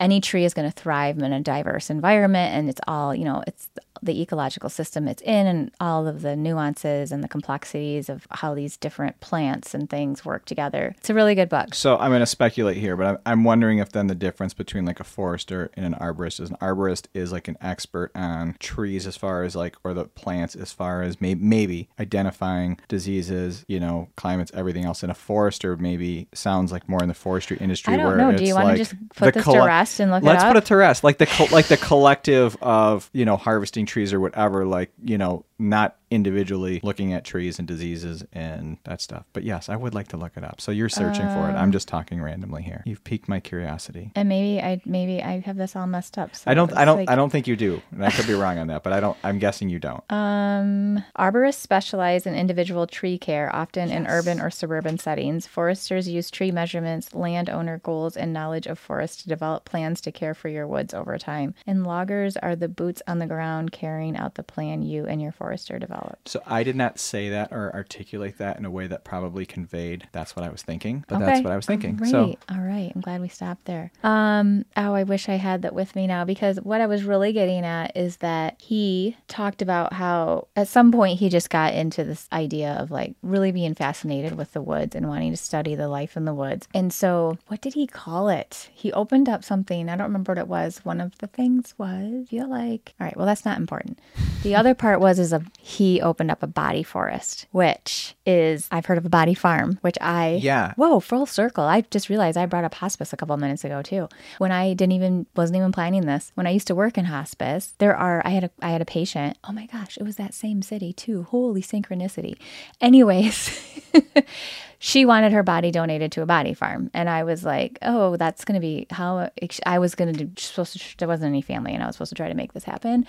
Speaker 2: any tree is going to thrive in a diverse environment and it's all you know it's the ecological system it's in and all of the nuances and the complexities of how these different plants and things work together it's a really good book
Speaker 1: So I'm going to speculate here, but I'm, I'm wondering if then the difference between like a forester and an arborist is an arborist is like an expert on trees as far as like or the plants as far as may, maybe identifying diseases, you know, climates, everything else. And a forester maybe sounds like more in the forestry industry.
Speaker 2: I don't
Speaker 1: where
Speaker 2: know. Do
Speaker 1: It's
Speaker 2: you wanna
Speaker 1: want
Speaker 2: just put this to rest and look it
Speaker 1: Let's
Speaker 2: up?
Speaker 1: put it to rest. Like the co- like the collective of you know harvesting trees or whatever. Like you know not individually looking at trees and diseases and that stuff. But yes, I would like to look it up. So you're searching for it.
Speaker 2: Oh.
Speaker 1: I'm just talking randomly here. You've piqued my curiosity.
Speaker 2: and maybe i maybe i have this all messed up so
Speaker 1: I don't. I
Speaker 2: it's
Speaker 1: don't.
Speaker 2: like-
Speaker 1: I don't think you do. And I could be wrong on that, but I don't. I'm guessing you don't.
Speaker 2: Uh. Arborists specialize in individual tree care, often in urban or suburban settings. Foresters use tree measurements, landowner goals, and knowledge of forests to develop plans to care for your woods over time. And loggers are the boots on the ground carrying out the plan you and your forester developed.
Speaker 1: so I did not say that or articulate that in a way that probably conveyed that's what I was thinking. But
Speaker 2: Okay.
Speaker 1: that's what I was thinking.
Speaker 2: Great.
Speaker 1: So
Speaker 2: All right. I'm glad we stopped there. Um, oh, I wish I had that with me now because what I was really getting at is that he talked about how at some point he just got into this idea of like really being fascinated with the woods and wanting to study the life in the woods. And so, what did he call it? He opened up something. I don't remember what it was. One of the things was, feel like, all right, well, that's not important. The other part was, is a, he opened up a body forest, which is, I've heard of a body farm, which I
Speaker 1: Yeah.
Speaker 2: Whoa, full circle. I just realized I brought up hospice a couple minutes ago too. When I didn't even wasn't even planning this. When I used to work in hospice, there are I had a I had a patient. Oh my gosh, it was that same city too. Holy synchronicity. Anyways, she wanted her body donated to a body farm, and I was like, "Oh, that's going to be how I was going to supposed to. There wasn't any family, and I was supposed to try to make this happen."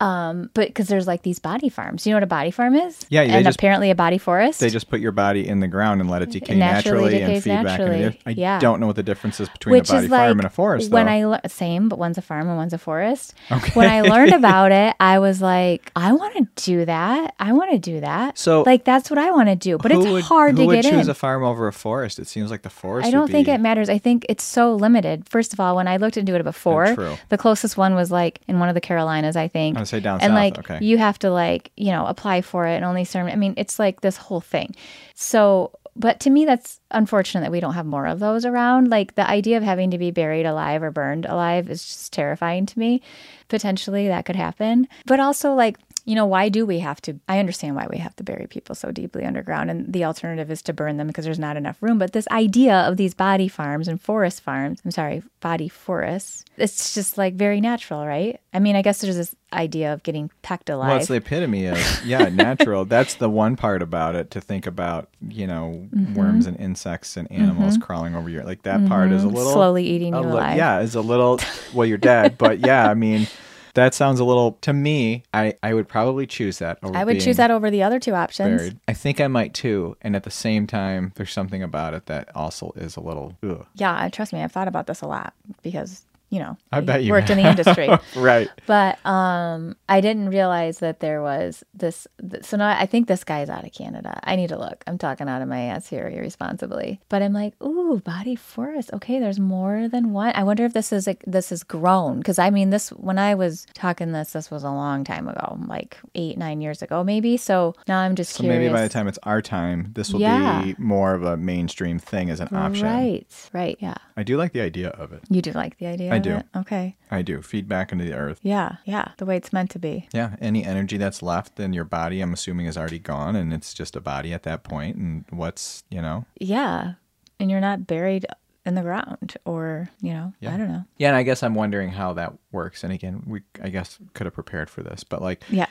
Speaker 2: Um, but because there's like these body farms, you know what a body farm is?
Speaker 1: Yeah, they
Speaker 2: and
Speaker 1: just-
Speaker 2: apparently a body forest.
Speaker 1: They just put your body in the ground and let it decay
Speaker 2: Naturally
Speaker 1: naturally, and
Speaker 2: decays
Speaker 1: feed back.
Speaker 2: naturally.
Speaker 1: into the- I
Speaker 2: Yeah.
Speaker 1: don't know what the difference is between a body farm and a forest.
Speaker 2: When
Speaker 1: though.
Speaker 2: I lear- same, but one's a farm and one's a forest. When I learned about it, I was like, I want to do that. I want to do that.
Speaker 1: So-
Speaker 2: like that's what I want to do. But
Speaker 1: who
Speaker 2: it's
Speaker 1: would,
Speaker 2: hard
Speaker 1: who
Speaker 2: to
Speaker 1: would
Speaker 2: get
Speaker 1: choose
Speaker 2: in.
Speaker 1: a farm over a forest? It seems like the forest.
Speaker 2: I
Speaker 1: would
Speaker 2: don't think
Speaker 1: be-
Speaker 2: it matters. I think it's so limited. First of all, when I looked into it before,
Speaker 1: true.
Speaker 2: the closest one was like in one of the Carolinas, I think.
Speaker 1: I would say down
Speaker 2: and
Speaker 1: south,
Speaker 2: like
Speaker 1: okay.
Speaker 2: you have to like you know apply for it and only certain. I mean, it's like this whole thing. So, but to me, that's unfortunate that we don't have more of those around. Like the idea of having to be buried alive or burned alive is just terrifying to me. Potentially, that could happen. But also, like you know, why do we have to? I understand why we have to bury people so deeply underground, and the alternative is to burn them because there's not enough room. But this idea of these body farms and forest farms, I'm sorry, body forests, it's just like very natural, right? I mean, I guess there's this idea of getting pecked alive.
Speaker 1: Well, it's the epitome of yeah, natural. That's the one part about it to think about, you know,
Speaker 2: Mm-hmm.
Speaker 1: worms and insects and animals crawling over your like that part is a little
Speaker 2: Mm-hmm. slowly eating
Speaker 1: a
Speaker 2: you
Speaker 1: li-
Speaker 2: alive.
Speaker 1: Yeah, is a little well, you're dead, but yeah, I mean, that sounds a little to me. I I would probably choose that. Over
Speaker 2: I would
Speaker 1: being
Speaker 2: choose that over the other two options.
Speaker 1: Buried. I think I might too, and at the same time, there's something about it that also is a little. Ugh.
Speaker 2: Yeah, trust me, I've thought about this a lot because, you know,
Speaker 1: I bet you
Speaker 2: worked in the industry.
Speaker 1: Right.
Speaker 2: But um, I didn't realize that there was this. Th- so now I think this guy's out of Canada. I need to look. I'm talking out of my ass here irresponsibly. But I'm like, ooh, body forest. Okay, there's more than one. I wonder if this is like this is grown because I mean this when I was talking this, this was a long time ago, like eight nine years ago maybe. So now I'm just
Speaker 1: So
Speaker 2: curious.
Speaker 1: maybe by the time it's our time, this will
Speaker 2: Yeah.
Speaker 1: be more of a mainstream thing as an option.
Speaker 2: Right, right, yeah.
Speaker 1: I do like the idea of it.
Speaker 2: You do like the idea.
Speaker 1: I
Speaker 2: of
Speaker 1: do.
Speaker 2: it? Okay.
Speaker 1: I do. Feed back into the earth.
Speaker 2: Yeah, yeah. The way it's meant to be.
Speaker 1: Yeah, any energy that's left in your body, I'm assuming, is already gone, and it's just a body at that point. And what's you know?
Speaker 2: Yeah, and you're not buried in the ground, or you know, I don't know.
Speaker 1: Yeah, and I guess I'm wondering how that works. And again, we I guess could have prepared for this, but like,
Speaker 2: Yeah.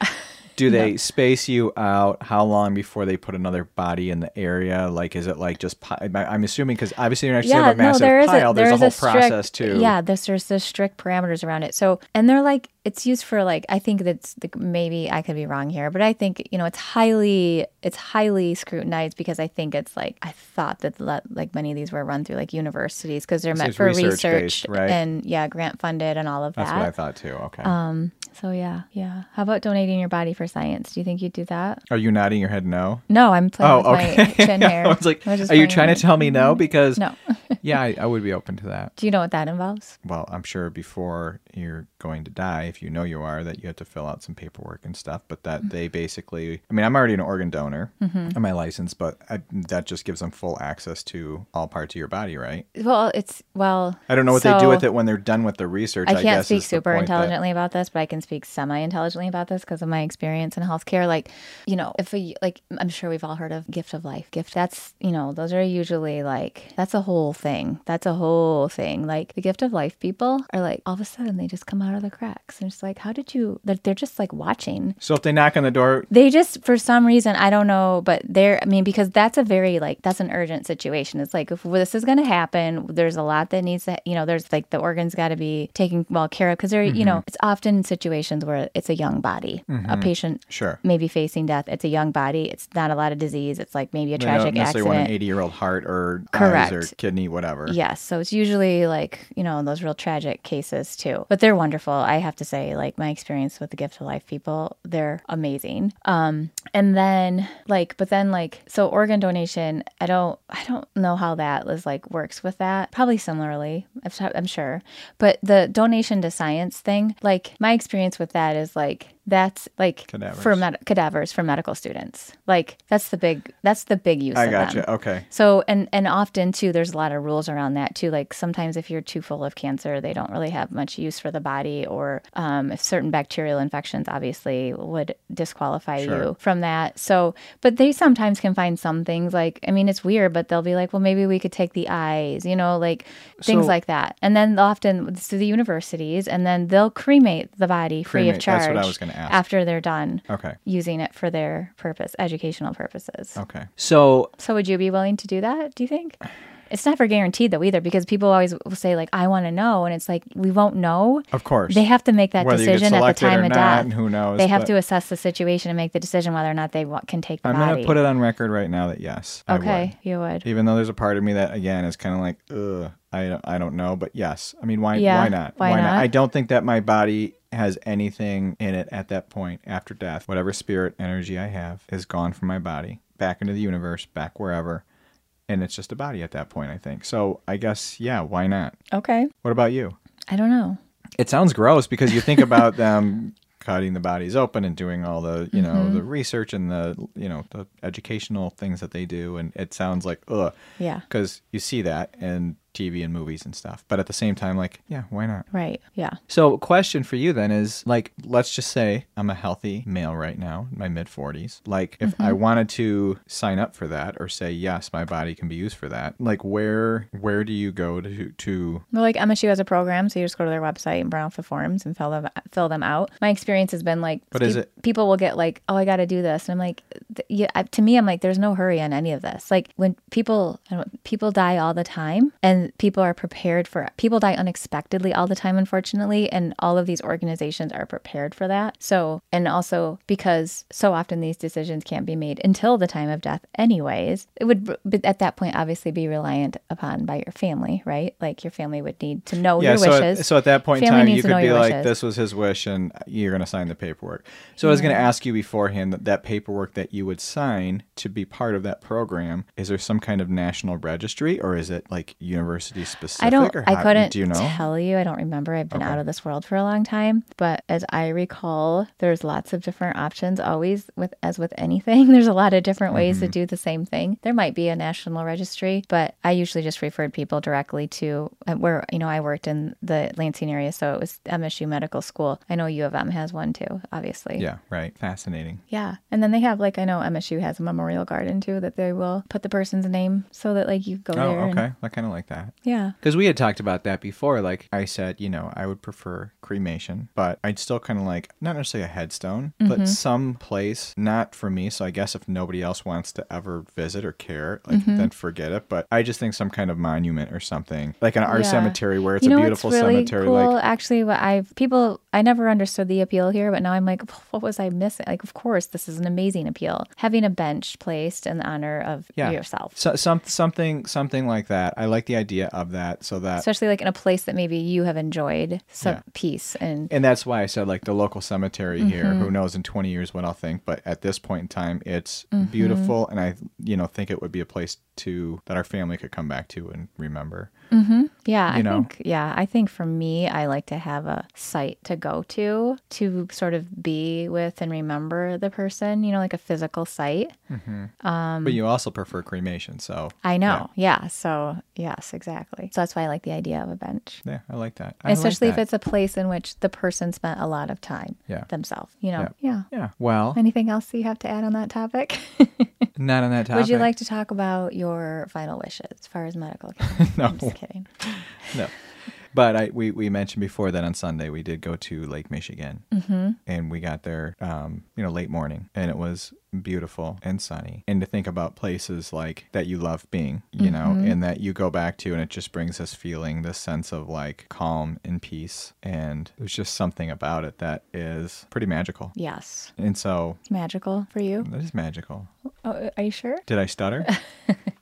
Speaker 1: do they space you out? How long before they put another body in the area? Like, is it like just? Pi- I- I'm assuming because obviously you're not just
Speaker 2: Yeah,
Speaker 1: have a
Speaker 2: no,
Speaker 1: massive
Speaker 2: there is
Speaker 1: pile.
Speaker 2: a,
Speaker 1: There's
Speaker 2: there
Speaker 1: a
Speaker 2: is
Speaker 1: whole
Speaker 2: strict,
Speaker 1: process to.
Speaker 2: Yeah, there's there's the strict parameters around it. So, and they're like, it's used for like, I think that's the, maybe I could be wrong here, but I think you know it's highly it's highly scrutinized because I think it's like I thought that le- like many of these were run through like universities because they're meant
Speaker 1: is
Speaker 2: for
Speaker 1: research-based,
Speaker 2: research
Speaker 1: right?
Speaker 2: and yeah, grant funded and all of
Speaker 1: That's
Speaker 2: that. um,
Speaker 1: what I thought too. Okay.
Speaker 2: So yeah, yeah. How about donating your body for science? Do you think you'd do that?
Speaker 1: Are you nodding your head no?
Speaker 2: No, I'm playing
Speaker 1: Oh,
Speaker 2: with
Speaker 1: okay.
Speaker 2: my chin hair.
Speaker 1: I was like,
Speaker 2: I was just
Speaker 1: are you
Speaker 2: playing
Speaker 1: trying to
Speaker 2: with
Speaker 1: tell me no? Because
Speaker 2: No.
Speaker 1: yeah, I, I would be open to that.
Speaker 2: Do you know what that involves?
Speaker 1: well, I'm sure before you're going to die, if you know you are, that you have to fill out some paperwork and stuff. But that they basically, I mean, I'm already an organ donor
Speaker 2: Mm-hmm.
Speaker 1: on my license, but I, that just gives them full access to all parts of your body, right?
Speaker 2: Well, it's well.
Speaker 1: I don't know what they do
Speaker 2: so-
Speaker 1: with it when they're done with the research.
Speaker 2: I can't
Speaker 1: guess,
Speaker 2: speak
Speaker 1: is the
Speaker 2: super
Speaker 1: point that-
Speaker 2: intelligently about this, but I can speak semi intelligently about this because of my experience in healthcare. Like, you know, if a, like, I'm sure we've all heard of gift of life. Gift, that's, you know, those are usually like, that's a whole thing. That's a whole thing. Like, the gift of life people are like, all of a sudden they just come out of the cracks. And it's like, how did you, they're, they're just like watching.
Speaker 1: so if they knock on the door,
Speaker 2: They just, for some reason, I don't know, but they're, I mean, because that's a very, like, that's an urgent situation. It's like, if this is going to happen, there's a lot that needs to, you know, there's like the organs got to be taken well care of because they're, you
Speaker 1: Mm-hmm.
Speaker 2: know, it's often situations where it's a young body, a patient
Speaker 1: sure.
Speaker 2: maybe facing death. It's a young body. It's not a lot of disease. It's like maybe a
Speaker 1: They
Speaker 2: tragic
Speaker 1: don't necessarily want an
Speaker 2: accident.
Speaker 1: 80 year old heart or eyes or
Speaker 2: Correct.
Speaker 1: kidney, whatever.
Speaker 2: Yes. So it's usually like, you know, those real tragic cases too. But they're wonderful. I have to say, like, my experience with the Gift of Life people, they're amazing. Um, and then like, but then like, so organ donation, I don't, I don't know how that is like works with that. Probably similarly, I've t- I'm sure. But the donation to science thing, like, my experience with that is like, that's like
Speaker 1: Cadavers.
Speaker 2: for med- cadavers for medical students. Like that's the big that's the big use.
Speaker 1: I
Speaker 2: of
Speaker 1: gotcha.
Speaker 2: them.
Speaker 1: Okay.
Speaker 2: So and and often too, there's a lot of rules around that too. Like sometimes if you're too full of cancer, they don't really have much use for the body, or um, if certain bacterial infections obviously would disqualify
Speaker 1: Sure.
Speaker 2: you from that. So, but they sometimes can find some things. Like I mean, it's weird, but they'll be like, well, maybe we could take the eyes, you know, like things
Speaker 1: So-
Speaker 2: like that. And then often to the universities, and then they'll cremate the body free of
Speaker 1: Cremate,
Speaker 2: charge.
Speaker 1: That's what I was going to ask.
Speaker 2: after they're done
Speaker 1: Okay.
Speaker 2: using it for their purpose, educational purposes.
Speaker 1: Okay.
Speaker 3: So
Speaker 2: So would you be willing to do that, do you think? It's never guaranteed though either because people always will say like I want to know and it's like we won't know.
Speaker 1: Of course.
Speaker 2: They have to make that
Speaker 1: Whether you get
Speaker 2: decision at the
Speaker 1: selected
Speaker 2: time
Speaker 1: or
Speaker 2: of
Speaker 1: not,
Speaker 2: death.
Speaker 1: who knows,
Speaker 2: They have
Speaker 1: but-
Speaker 2: to assess the situation and make the decision whether or not they wa- can take the
Speaker 1: I'm
Speaker 2: body.
Speaker 1: gonna put it on record right now that yes. I would.
Speaker 2: okay, you would.
Speaker 1: Even though there's a part of me that again is kind of like, ugh, I don't, I don't know, but yes. I mean, why
Speaker 2: Yeah,
Speaker 1: why not?
Speaker 2: why not?
Speaker 1: I don't think that my body has anything in it at that point after death. Whatever spirit energy I have is gone from my body back into the universe, back wherever, and it's just a body at that point. I think so. I guess yeah. Why not?
Speaker 2: Okay.
Speaker 1: What about you?
Speaker 2: I don't know.
Speaker 1: It sounds gross because you think about them cutting the bodies open and doing all the you know the research and the you know the educational things that they do, and it sounds like ugh
Speaker 2: Yeah.
Speaker 1: because you see that in TV and movies and stuff. But at the same time, like, yeah, why not?
Speaker 2: Right. Yeah.
Speaker 1: So, question for you then is like, let's just say I'm a healthy male right now, in my mid 40s. Like, if I wanted to sign up for that or say yes, my body can be used for that, like, where where do you go to to
Speaker 2: Well, like MSU has a program, so you just go to their website and print off the forms and fill them fill them out. My experience has been like,
Speaker 1: But is
Speaker 2: peop-
Speaker 1: it-
Speaker 2: people will get like, "Oh, I got to do this," and I'm like, th- "Yeah." I- To me, I'm like, "There's no hurry on any of this." Like when people I don't- people die all the time, and people are prepared for people die unexpectedly all the time, unfortunately, and all of these organizations are prepared for that. So, and also because so often these decisions can't be made until the time of death, anyways. It would, b- but at that point, obviously, be reliant upon by your family, right? Like your family would need to know your
Speaker 1: so
Speaker 2: wishes.
Speaker 1: At, so at that point in
Speaker 2: Family
Speaker 1: time,
Speaker 2: needs
Speaker 1: you
Speaker 2: to
Speaker 1: could
Speaker 2: know
Speaker 1: be
Speaker 2: your
Speaker 1: like,
Speaker 2: wishes.
Speaker 1: this was his wish, and you're going to sign the paperwork. So I was
Speaker 2: Mm-hmm.
Speaker 1: going to ask you beforehand that, that paperwork that you would sign to be part of that program, is there some kind of national registry or is it like university specific?
Speaker 2: I don't.
Speaker 1: Or
Speaker 2: I
Speaker 1: how-
Speaker 2: couldn't
Speaker 1: Do you know?
Speaker 2: tell you. I don't remember. I've been out of this world for a long time. But as I recall, there's lots of different options. Always with as with anything, there's a lot of different ways
Speaker 1: Mm-hmm.
Speaker 2: to do the same thing. There might be a national registry, but I usually just referred people directly to uh, where you know I worked in the Lansing area, so it was MSU Medical School. I know U of M has one too, obviously.
Speaker 1: Yeah, right. Fascinating.
Speaker 2: Yeah. And then they have like I know MSU has a memorial garden too that they will put the person's name so that like you go
Speaker 1: Oh,
Speaker 2: there. And,
Speaker 1: okay. I kind of like that.
Speaker 2: yeah.
Speaker 1: Because we had talked about that before. Like I said, you know, I would prefer cremation, but I'd still kind of like, not necessarily a headstone,
Speaker 2: Mm-hmm.
Speaker 1: but some place, not for me. So I guess if nobody else wants to ever visit or care, like
Speaker 2: Mm-hmm.
Speaker 1: then forget it. But I just think some kind of monument or something, like an art
Speaker 2: Yeah.
Speaker 1: cemetery where it's a beautiful
Speaker 2: what's really
Speaker 1: cemetery.
Speaker 2: Cool,
Speaker 1: Like,
Speaker 2: actually, what I people I never understood the appeal here, but now I'm like, what was I missing? Like, of course, this is an amazing appeal. Having a bench placed in honor of
Speaker 1: Yeah.
Speaker 2: yourself,
Speaker 1: so, some, something, something like that. I like the idea of that. So that
Speaker 2: especially like in a place that maybe you have enjoyed some
Speaker 1: uh, Yeah.
Speaker 2: peace and
Speaker 1: and that's why I said like the local cemetery here.
Speaker 2: Mm-hmm.
Speaker 1: Who knows in 20 years what I'll think, but at this point in time, it's
Speaker 2: Mm-hmm.
Speaker 1: beautiful, and I you know think it would be a place to that our family could come back to and remember.
Speaker 2: Yeah, I
Speaker 1: know?
Speaker 2: think yeah, I think for me, I like to have a site to go to to sort of be with and remember the person. You know, like a physical site.
Speaker 1: but you also prefer cremation, so
Speaker 2: Um, I know. yeah. So yes, exactly. So that's why I like the idea of a bench.
Speaker 1: yeah, I like that. I like
Speaker 2: especially
Speaker 1: that.
Speaker 2: if it's a place in which the person spent a lot of time
Speaker 1: Yeah.
Speaker 2: themselves you know yeah,
Speaker 1: yeah. Well,
Speaker 2: anything else you have to add on that topic
Speaker 1: not on that topic.
Speaker 2: would you like to talk about your final wishes as far as medical care
Speaker 1: No.
Speaker 2: i'm just kidding
Speaker 1: no. But I, we, we mentioned before that on Sunday we did go to Lake Michigan and we got there, um, you know, late morning and it was beautiful and sunny. And to think about places like that you love being, you know, and that you go back to and it just brings this feeling, this sense of like calm and peace. And there's just something about it that is pretty magical.
Speaker 2: yes
Speaker 1: And so
Speaker 2: it's magical for you
Speaker 1: that is magical.
Speaker 2: oh, are you sure
Speaker 1: Did I stutter?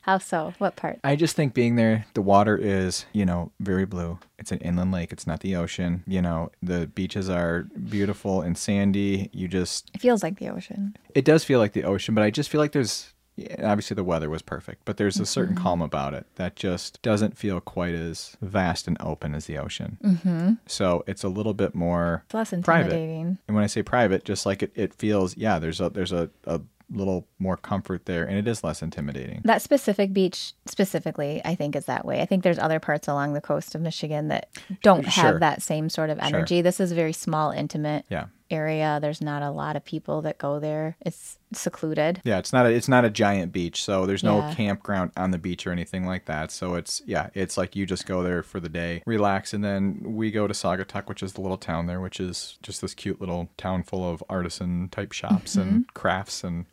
Speaker 2: how so what part
Speaker 1: I just think being there, the water is, you know, very blue. It's an inland lake. It's not the ocean. You know, the beaches are beautiful and sandy. You just,
Speaker 2: it feels like the ocean
Speaker 1: it does feel like the ocean, but I just feel like there's, yeah, obviously the weather was perfect, but there's a certain
Speaker 2: Mm-hmm.
Speaker 1: calm about it that just doesn't feel quite as vast and open as the ocean. Mm-hmm. So it's a little bit more
Speaker 2: it's less
Speaker 1: private.
Speaker 2: intimidating
Speaker 1: And when I say private, just like it, it feels, yeah, there's a, there's a, a little more comfort there and it is less intimidating.
Speaker 2: that specific beach specifically i think is that way i think there's other parts along the coast of michigan that don't
Speaker 1: Sure.
Speaker 2: have that same sort of energy this is very small intimate
Speaker 1: Yeah.
Speaker 2: area. There's not a lot of people that go there. It's secluded.
Speaker 1: Yeah, it's not a it's not a giant beach, so there's no
Speaker 2: Yeah.
Speaker 1: campground on the beach or anything like that. So it's yeah, it's like you just go there for the day, relax, and then we go to Sagatuck, which is the little town there, which is just this cute little town full of artisan type shops and crafts, and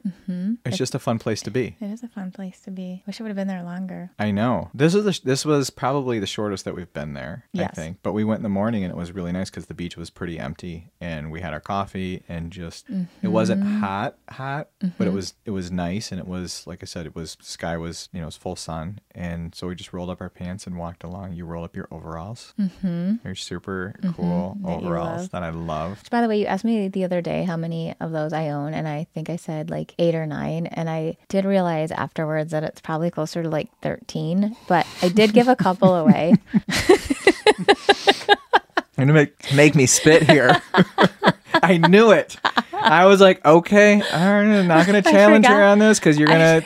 Speaker 1: it's just a fun place to be.
Speaker 2: It is a fun place to be. Wish I would have been there longer.
Speaker 1: I know this is the, this was probably the shortest that we've been there. I
Speaker 2: Yes.
Speaker 1: think, but we went in the morning and it was really nice because the beach was pretty empty, and we had our coffee and just it wasn't hot, hot, but it was it was nice and it was like I said, it was sky was you know it was full sun, and so we just rolled up our pants and walked along. You roll up your overalls, mm-hmm. your super cool
Speaker 2: that you
Speaker 1: overalls
Speaker 2: love.
Speaker 1: that I loved.
Speaker 2: Which, by the way, you asked me the other day how many of those I own, and I think I said like eight or nine. And I did realize afterwards that it's probably closer to like 13, but I did give a couple away.
Speaker 1: You're gonna make make me spit here. I knew it. I was like, okay, I'm not gonna challenge her
Speaker 2: forgot.
Speaker 1: on this because you're gonna.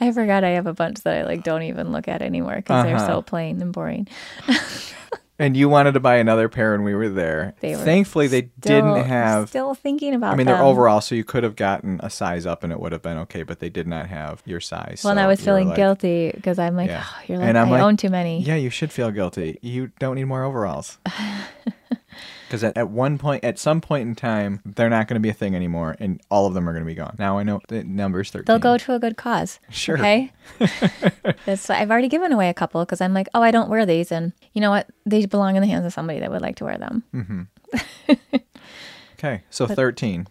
Speaker 2: I forgot I have a bunch that I like don't even look at anymore because they're
Speaker 1: Uh-huh.
Speaker 2: so plain and boring.
Speaker 1: And you wanted to buy another pair when we were there.
Speaker 2: They were
Speaker 1: Thankfully, they
Speaker 2: Still-
Speaker 1: didn't have.
Speaker 2: Still thinking about
Speaker 1: I mean, they're
Speaker 2: them.
Speaker 1: overall, so you could have gotten a size up and it would have been okay, but they did not have your size.
Speaker 2: Well, and
Speaker 1: so
Speaker 2: I was
Speaker 1: you were
Speaker 2: feeling
Speaker 1: like,
Speaker 2: guilty because I'm like,
Speaker 1: Yeah.
Speaker 2: oh, you're
Speaker 1: And
Speaker 2: like,
Speaker 1: I'm
Speaker 2: I
Speaker 1: like,
Speaker 2: own too many.
Speaker 1: Yeah, you should feel guilty. You don't need more overalls. Because at, at one point, at some point in time, they're not going to be a thing anymore, and all of them are going to be gone. Now I know the numbers thirteen.
Speaker 2: They'll go to a good cause.
Speaker 1: Sure.
Speaker 2: Okay. That's I've already given away a couple because I'm like, oh, I don't wear these, and you know what? They belong in the hands of somebody that would like to wear them.
Speaker 1: Hmm. Okay, so thirteen.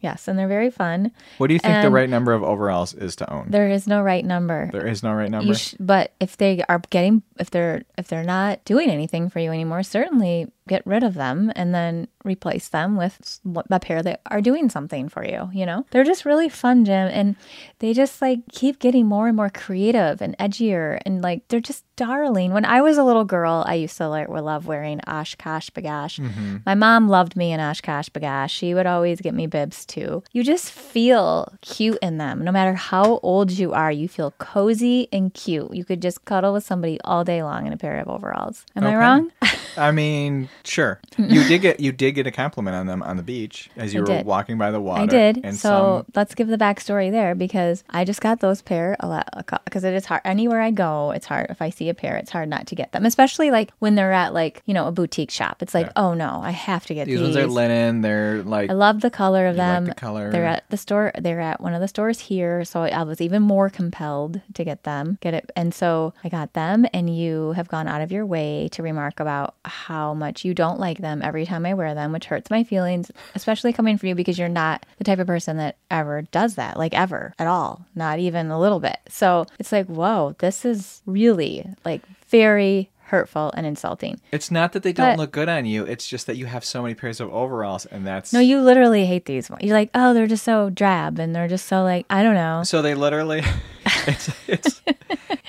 Speaker 2: Yes, and they're very fun.
Speaker 1: What do you think the
Speaker 2: And-
Speaker 1: right number of overalls is to own?
Speaker 2: There is no right number.
Speaker 1: there is no right number.
Speaker 2: You sh- but if they are getting, if they're if they're not doing anything for you anymore, certainly get rid of them and then replace them with s- what- a pair that are doing something for you. You know, they're just really fun, Jim, and they just like keep getting more and more creative and edgier, and like they're just darling. When I was a little girl, I used to like love wearing Oshkosh Bagash. My mom loved me in Oshkosh Bagash. She would always get me bibs too. You just feel cute in them. No matter how old you are, you feel cozy and cute. You could just cuddle with somebody all day long in a pair of overalls. Am I
Speaker 1: Okay.
Speaker 2: wrong?
Speaker 1: I mean, sure. You did get you did get a compliment on them on the beach as you
Speaker 2: I
Speaker 1: were
Speaker 2: did.
Speaker 1: walking by the water.
Speaker 2: I did.
Speaker 1: And
Speaker 2: so let's give the backstory there because I just got those pair a lot because it is hard. Anywhere I go, it's hard. If I see a pair, it's hard not to get them, especially like when they're at like, you know, a boutique shop. It's like, oh no, I have to get
Speaker 1: these
Speaker 2: these.
Speaker 1: ones are linen. They're like
Speaker 2: I love the color of
Speaker 1: like
Speaker 2: them.
Speaker 1: the color.
Speaker 2: They're at the store. They're at one of the stores here, so I was even more compelled to get them. Get it? And so I got them. And you have gone out of your way to remark about how much you don't like them every time I wear them, which hurts my feelings, especially coming from you because you're not the type of person that ever does that, like ever at all, not even a little bit. So it's like, whoa, this is really like very hurtful and insulting.
Speaker 1: it's not that they don't
Speaker 2: but-
Speaker 1: look good on you. It's just that you have so many pairs of overalls, and that's
Speaker 2: No, you literally hate these ones. You're like, oh, they're just so drab and they're just so like, I don't know.
Speaker 1: So they literally, it's, it's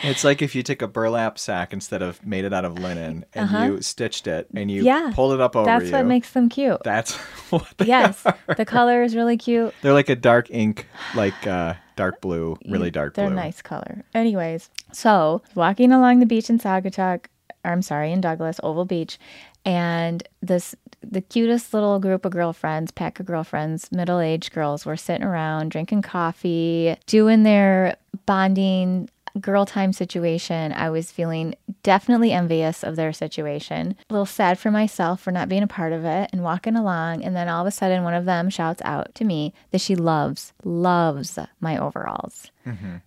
Speaker 1: it's like if you took a burlap sack instead of made it out of linen and you stitched it and you
Speaker 2: Uh-huh. Yeah.
Speaker 1: pulled it up over
Speaker 2: That's
Speaker 1: you.
Speaker 2: what makes them cute.
Speaker 1: that's what they
Speaker 2: yes. The color is really cute.
Speaker 1: They're like a dark ink, like uh, dark blue, really dark
Speaker 2: Mm, They're
Speaker 1: blue.
Speaker 2: nice color. Anyways, so walking along the beach in Saugatuck, or I'm sorry, in Douglas, Oval Beach, and this the cutest little group of girlfriends, pack of girlfriends, middle aged girls were sitting around drinking coffee, doing their bonding girl time situation. I was feeling definitely envious of their situation, a little sad for myself for not being a part of it and walking along. And then all of a sudden, one of them shouts out to me that she loves, loves my overalls.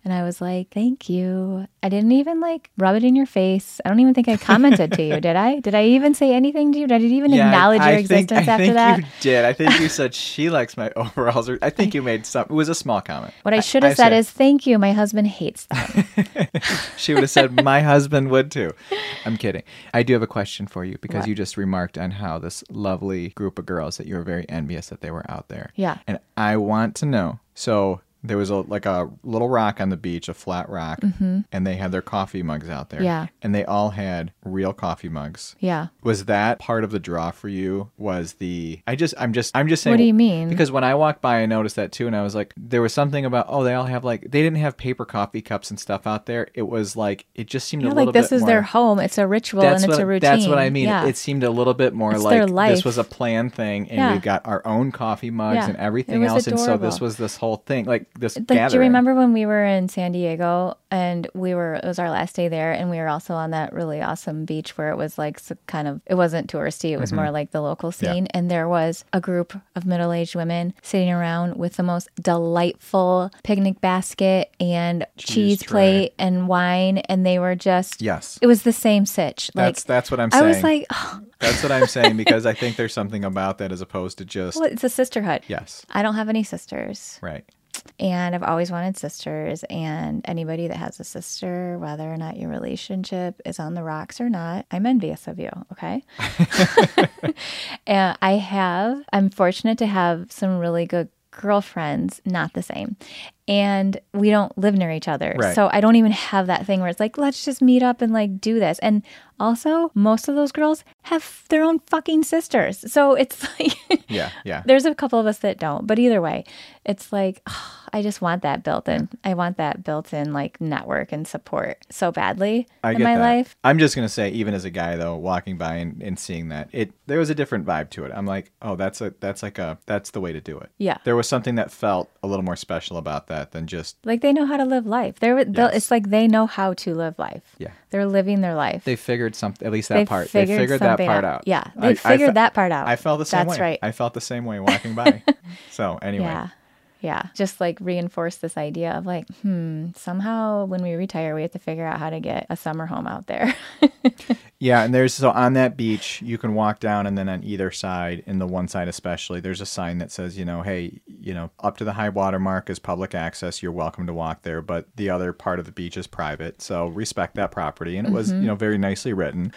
Speaker 2: And I was like, thank you. I didn't even like rub it in your face. I don't even think I commented to you, did I? Did I even say anything to you? Did I even
Speaker 1: Yeah, I-
Speaker 2: acknowledge
Speaker 1: I
Speaker 2: your
Speaker 1: think-
Speaker 2: existence
Speaker 1: I
Speaker 2: after
Speaker 1: think
Speaker 2: that?
Speaker 1: You did. I think you said she likes my overalls. Or I think you made some. It was a small comment.
Speaker 2: What I should have said
Speaker 1: said-
Speaker 2: is, thank you. My husband hates them.
Speaker 1: she would have said my husband would too. I'm kidding. I do have a question for you because you just remarked on how this lovely group of girls that you were very envious that they were out there.
Speaker 2: Yeah.
Speaker 1: And I want to know. So There was a like a little rock on the beach, a flat rock, and they had their coffee mugs out there.
Speaker 2: Mm-hmm. Yeah.
Speaker 1: And they all had real coffee mugs.
Speaker 2: Yeah.
Speaker 1: Was that part of the draw for you? Was the I just I'm just I'm just saying
Speaker 2: What do you mean?
Speaker 1: Because when I walked by I noticed that too and I was like there was something about oh they all have like they didn't have paper coffee cups and stuff out there. It was like it just seemed a
Speaker 2: Yeah,
Speaker 1: little
Speaker 2: like this
Speaker 1: bit
Speaker 2: is
Speaker 1: more,
Speaker 2: their home. It's a ritual
Speaker 1: that's
Speaker 2: and it's
Speaker 1: what,
Speaker 2: a routine.
Speaker 1: That's what I mean.
Speaker 2: Yeah.
Speaker 1: It seemed a little bit more
Speaker 2: It's their
Speaker 1: like
Speaker 2: life.
Speaker 1: this was a planned thing, and
Speaker 2: Yeah.
Speaker 1: we got our own coffee mugs
Speaker 2: Yeah.
Speaker 1: and
Speaker 2: It
Speaker 1: everything
Speaker 2: was
Speaker 1: else. And so this
Speaker 2: adorable.
Speaker 1: was this whole thing, like this
Speaker 2: like, do you
Speaker 1: gathering.
Speaker 2: remember when we were in San Diego and we were, it was our last day there, and we were also on that really awesome beach where it was like s- kind of, it wasn't touristy, it was more like the local
Speaker 1: Mm-hmm. Yeah.
Speaker 2: scene. And there was a group of middle aged women sitting around with the most delightful picnic basket and cheese,
Speaker 1: Cheese tray.
Speaker 2: plate and wine. And they were just,
Speaker 1: Yes,
Speaker 2: it was the same sitch. Like,
Speaker 1: that's that's what I'm
Speaker 2: I
Speaker 1: saying.
Speaker 2: was like, oh,
Speaker 1: that's what I'm saying because I think there's something about that as opposed to just
Speaker 2: well, it's a sisterhood.
Speaker 1: yes,
Speaker 2: I don't have any sisters.
Speaker 1: right.
Speaker 2: And I've always wanted sisters. And anybody that has a sister, whether or not your relationship is on the rocks or not, I'm envious of you. Okay. and I have, I'm fortunate to have some really good girlfriends, not the same. And we don't live near each other.
Speaker 1: Right.
Speaker 2: So I don't even have that thing where it's like, let's just meet up and like do this. And also, most of those girls have their own fucking sisters. So it's like,
Speaker 1: Yeah, yeah.
Speaker 2: there's a couple of us that don't, but either way, it's like I just want that built in. I want that built in like network and support so badly
Speaker 1: I
Speaker 2: in
Speaker 1: get
Speaker 2: my
Speaker 1: that.
Speaker 2: life.
Speaker 1: I'm just gonna say, even as a guy though, walking by and, and seeing that, it there was a different vibe to it. I'm like, oh, that's a that's like a that's the way to do it.
Speaker 2: Yeah.
Speaker 1: There was something that felt a little more special about that than just
Speaker 2: Like they know how to live life. They're they'll
Speaker 1: Yes.
Speaker 2: it's like they know how to live life.
Speaker 1: Yeah.
Speaker 2: They're living their life.
Speaker 1: they figured something at least that
Speaker 2: They
Speaker 1: part
Speaker 2: figured
Speaker 1: they figured that
Speaker 2: something
Speaker 1: part
Speaker 2: out.
Speaker 1: out,
Speaker 2: Yeah, they figured that part out.
Speaker 1: i felt the same
Speaker 2: That's
Speaker 1: way
Speaker 2: right.
Speaker 1: i felt the same way walking by so anyway
Speaker 2: Yeah. Yeah. Just like reinforce this idea of like, hmm, somehow when we retire we have to figure out how to get a summer home out there.
Speaker 1: yeah and there's so on that beach you can walk down and then on either side in the one side especially there's a sign that says you know hey you know up to the high water mark is public access you're welcome to walk there but the other part of the beach is private so respect that property and it was you know
Speaker 2: Mm-hmm.
Speaker 1: very nicely written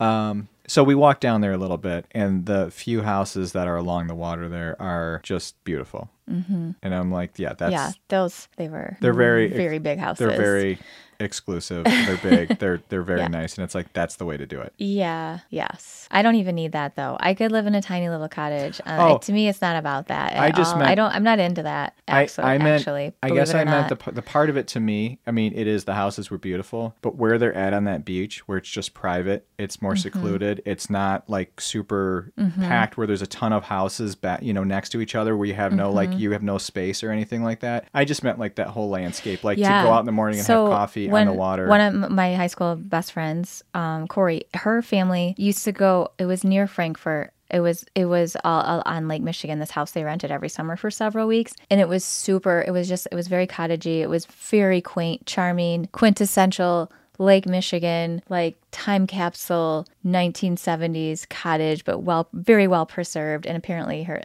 Speaker 1: Um, so we walked down there a little bit, and the few houses that are along the water there are just beautiful. Mm-hmm. And I'm like, yeah, that's
Speaker 2: yeah. Those they were
Speaker 1: they're very
Speaker 2: very big houses.
Speaker 1: They're very exclusive. They're big. they're they're very
Speaker 2: Yeah.
Speaker 1: nice, and it's like that's the way to do it.
Speaker 2: Yeah. Yes. I don't even need that though. I could live in a tiny little cottage. Uh,
Speaker 1: Oh.
Speaker 2: to me, it's not about that. At
Speaker 1: I just
Speaker 2: all. I
Speaker 1: meant-
Speaker 2: don't. I'm not into that. Actually,
Speaker 1: I, I meant,
Speaker 2: actually,
Speaker 1: I
Speaker 2: believe
Speaker 1: guess
Speaker 2: it or
Speaker 1: I meant
Speaker 2: not.
Speaker 1: the, p- the part of it to me. I mean, it is the houses were beautiful, but where they're at on that beach, where it's just private, it's
Speaker 2: Mm-hmm.
Speaker 1: more secluded. It's not like super packed where there's a ton of houses back, you know, next to each other where you have no
Speaker 2: Mm-hmm.
Speaker 1: like you have no space or anything like that. I just meant like that whole landscape, like
Speaker 2: Yeah.
Speaker 1: to go out in the morning and
Speaker 2: So
Speaker 1: have coffee
Speaker 2: when
Speaker 1: on the water.
Speaker 2: One of m- my high school best friends, um, Corey, her family used to go. It was near Frankfurt. It was it was all, all on Lake Michigan. This house they rented every summer for several weeks, and it was super. It was just it was very cottagey. It was very quaint, charming, quintessential Lake Michigan, like time capsule, 1970s cottage, but well, very well preserved. And apparently, her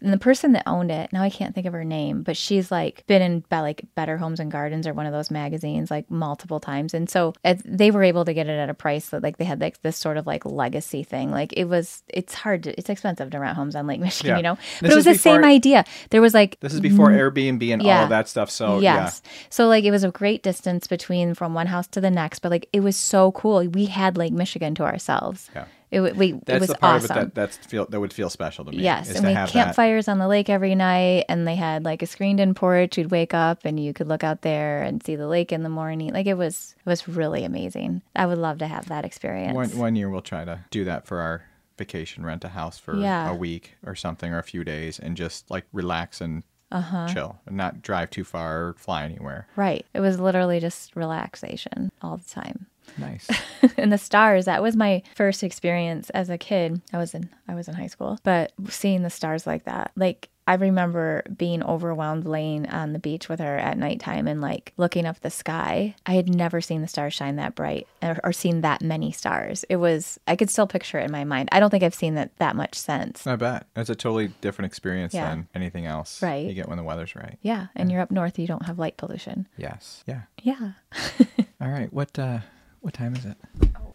Speaker 2: and the person that owned it now I can't think of her name, but she's like been in by like Better Homes and Gardens or one of those magazines like multiple times. And so as, they were able to get it at a price that like they had like this sort of like legacy thing. Like it was, it's hard to, it's expensive to rent homes on Lake Michigan,
Speaker 1: Yeah.
Speaker 2: you know. But
Speaker 1: This
Speaker 2: it was
Speaker 1: is
Speaker 2: the same
Speaker 1: before-
Speaker 2: idea. There was like
Speaker 1: this is before Airbnb and all
Speaker 2: Mm-hmm. Yeah.
Speaker 1: of that stuff. So
Speaker 2: yes. So like it was a great distance between from one house to the next, but like it was so cool. We had Lake Michigan to ourselves.
Speaker 1: Yeah.
Speaker 2: It, wa- we,
Speaker 1: yeah,
Speaker 2: it
Speaker 1: that's
Speaker 2: was
Speaker 1: the part
Speaker 2: awesome.
Speaker 1: of it that that's feel that would feel special to me.
Speaker 2: Yes,
Speaker 1: is
Speaker 2: and
Speaker 1: to
Speaker 2: we
Speaker 1: have that.
Speaker 2: campfires on the lake every night, and they had like a screened-in porch. You'd wake up and you could look out there and see the lake in the morning. Like it was, it was really amazing. I would love to have that experience.
Speaker 1: One, one year we'll try to do that for our vacation, rent a house for
Speaker 2: Yeah.
Speaker 1: a week or something or a few days and just like relax and
Speaker 2: Uh-huh.
Speaker 1: chill and not drive too far or fly anywhere.
Speaker 2: Right. It was literally just relaxation all the time.
Speaker 1: Nice.
Speaker 2: and the stars, that was my first experience as a kid. I was in I was in high school, but seeing the stars like that. Like I remember being overwhelmed laying on the beach with her at nighttime and like looking up the sky. I had never seen the stars shine that bright or, or seen that many stars. It was I could still picture it in my mind. I don't think I've seen that that much since.
Speaker 1: I bet. It's a totally different experience
Speaker 2: Yeah.
Speaker 1: than anything else
Speaker 2: Right.
Speaker 1: you get when the weather's right.
Speaker 2: Yeah, and you're up north, you don't have light pollution.
Speaker 1: Yes. Yeah.
Speaker 2: Yeah.
Speaker 1: All right. What uh what time is it?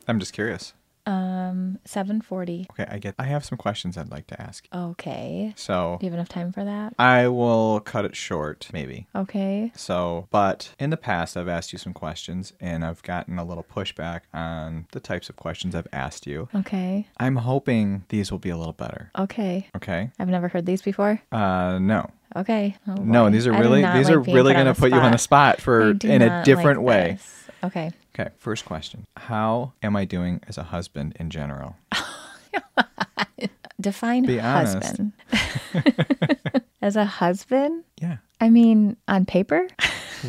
Speaker 1: I'm just curious.
Speaker 2: Um, 7:40.
Speaker 1: Okay, I get. I have some questions I'd like to ask.
Speaker 2: Okay.
Speaker 1: So
Speaker 2: Do you have enough time for that?
Speaker 1: I will cut it short, maybe.
Speaker 2: Okay.
Speaker 1: So, but in the past, I've asked you some questions and I've gotten a little pushback on the types of questions I've asked you.
Speaker 2: Okay.
Speaker 1: I'm hoping these will be a little better.
Speaker 2: Okay.
Speaker 1: Okay.
Speaker 2: I've never heard these before.
Speaker 1: Uh, no,
Speaker 2: Okay. Oh,
Speaker 1: no,
Speaker 2: boy.
Speaker 1: these are
Speaker 2: I do
Speaker 1: really
Speaker 2: not
Speaker 1: these
Speaker 2: like
Speaker 1: are
Speaker 2: being
Speaker 1: really
Speaker 2: put
Speaker 1: going to put you on the spot
Speaker 2: I
Speaker 1: for
Speaker 2: do
Speaker 1: in
Speaker 2: not
Speaker 1: a
Speaker 2: like
Speaker 1: different way.
Speaker 2: this. Okay.
Speaker 1: Okay, first question: How am I doing as a husband in general?
Speaker 2: Define
Speaker 1: Be honest.
Speaker 2: husband. As a husband?
Speaker 1: Yeah.
Speaker 2: I mean, on paper?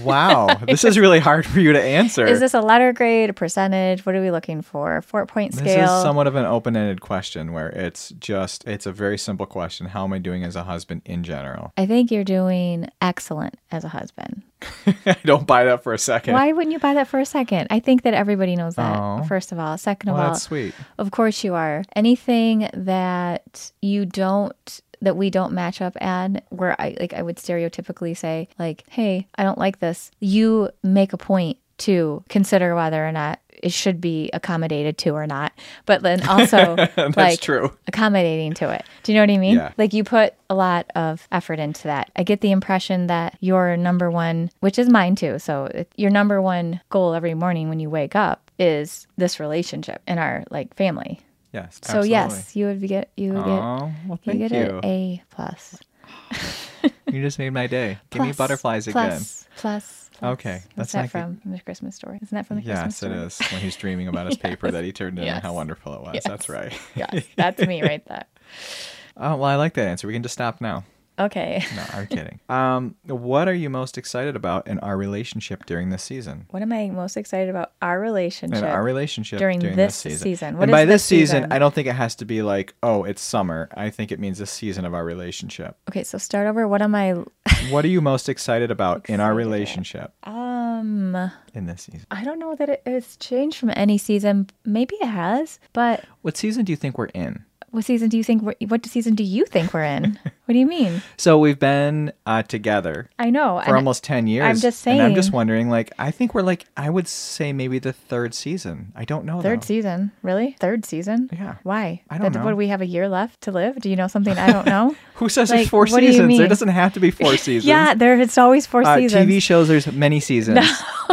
Speaker 1: Wow, this is really hard for you to answer.
Speaker 2: Is this a letter grade, a percentage? What are we looking for? Four point
Speaker 1: This
Speaker 2: scale?
Speaker 1: is somewhat of an open-ended question where it's just it's a very simple question. How am I doing as a husband in general?
Speaker 2: I think you're doing excellent as a husband.
Speaker 1: I don't buy that for a second.
Speaker 2: Why wouldn't you buy that for a second? I think that everybody knows that,
Speaker 1: Oh.
Speaker 2: first of all. Second of
Speaker 1: Well,
Speaker 2: all,
Speaker 1: that's sweet.
Speaker 2: Of course you are. Anything that you don't that we don't match up at where I like I would stereotypically say like, "Hey, I don't like this." You make a point to consider whether or not it should be accommodated to or not. But then also
Speaker 1: That's
Speaker 2: like
Speaker 1: true.
Speaker 2: accommodating to it. Do you know what I mean?
Speaker 1: Yeah.
Speaker 2: Like you put a lot of effort into that. I get the impression that your number one, which is mine too, so it- your number one goal every morning when you wake up is this relationship and our like family.
Speaker 1: Yes.
Speaker 2: So yes, you would be get you would get
Speaker 1: Oh, well,
Speaker 2: you
Speaker 1: thank
Speaker 2: get
Speaker 1: you.
Speaker 2: an A plus.
Speaker 1: You just made my day. Give me
Speaker 2: Plus,
Speaker 1: butterflies again.
Speaker 2: plus, plus, plus.
Speaker 1: Okay, that's
Speaker 2: What's that
Speaker 1: not good.
Speaker 2: from? The Christmas story. Isn't that from the Christmas
Speaker 1: Yes, it
Speaker 2: story?
Speaker 1: is. When he's dreaming about his paper that he turned in and how
Speaker 2: Yes.
Speaker 1: wonderful it was. That's right.
Speaker 2: yes, that's me right there.
Speaker 1: Oh, well, I like that answer. We can just stop now.
Speaker 2: Okay.
Speaker 1: No, I'm kidding. Um, what are you most excited about in our relationship during this season?
Speaker 2: What am I most excited about? Our relationship.
Speaker 1: In our relationship
Speaker 2: During
Speaker 1: during,
Speaker 2: this
Speaker 1: this season.
Speaker 2: season. What
Speaker 1: And
Speaker 2: is
Speaker 1: by
Speaker 2: this
Speaker 1: this season,
Speaker 2: season?
Speaker 1: I don't think it has to be like, oh, it's summer. I think it means this season of our relationship.
Speaker 2: okay, so start over. What am I?
Speaker 1: what are you most excited about in our relationship
Speaker 2: Um,
Speaker 1: in this season?
Speaker 2: I don't know that it, it's changed from any season. Maybe it has, but
Speaker 1: What season do you think we're in?
Speaker 2: what season do you think? We're, what season do you think we're in? what do you mean?
Speaker 1: So we've been uh, together
Speaker 2: I know.
Speaker 1: for
Speaker 2: and-
Speaker 1: almost 10 years.
Speaker 2: just
Speaker 1: And I'm just
Speaker 2: saying.
Speaker 1: wondering, like, I think we're like, I would say maybe the third season. I don't know.
Speaker 2: Third
Speaker 1: though.
Speaker 2: season, really? Third season?
Speaker 1: Yeah.
Speaker 2: Why?
Speaker 1: I don't know.
Speaker 2: What do we have a year left to live? Do you know something I don't know?
Speaker 1: Who says
Speaker 2: Like,
Speaker 1: there's four
Speaker 2: what do you
Speaker 1: seasons?
Speaker 2: mean?
Speaker 1: There doesn't have to be four seasons.
Speaker 2: yeah, there. It's always four
Speaker 1: Uh,
Speaker 2: seasons.
Speaker 1: TV shows, there's many seasons.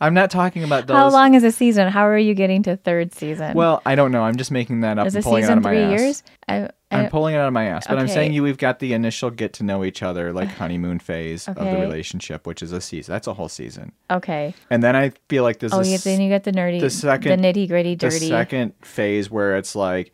Speaker 1: I'm not talking about those.
Speaker 2: How long is a season? How are you getting to third season?
Speaker 1: Well, I don't know. I'm just making that up
Speaker 2: is a
Speaker 1: and pulling it out
Speaker 2: season
Speaker 1: of my
Speaker 2: three
Speaker 1: ass.
Speaker 2: years? I, I,
Speaker 1: I'm pulling it out of my ass, but I'm
Speaker 2: Okay.
Speaker 1: saying you we've got the initial get to know each other like honeymoon phase of
Speaker 2: Okay.
Speaker 1: the relationship, which is a season. That's a whole season.
Speaker 2: okay.
Speaker 1: And then I feel like there's
Speaker 2: Oh,
Speaker 1: this,
Speaker 2: yeah, then you get the nerdy,
Speaker 1: the second-
Speaker 2: the nitty gritty,
Speaker 1: the
Speaker 2: dirty. Mm-hmm.
Speaker 1: second phase where it's like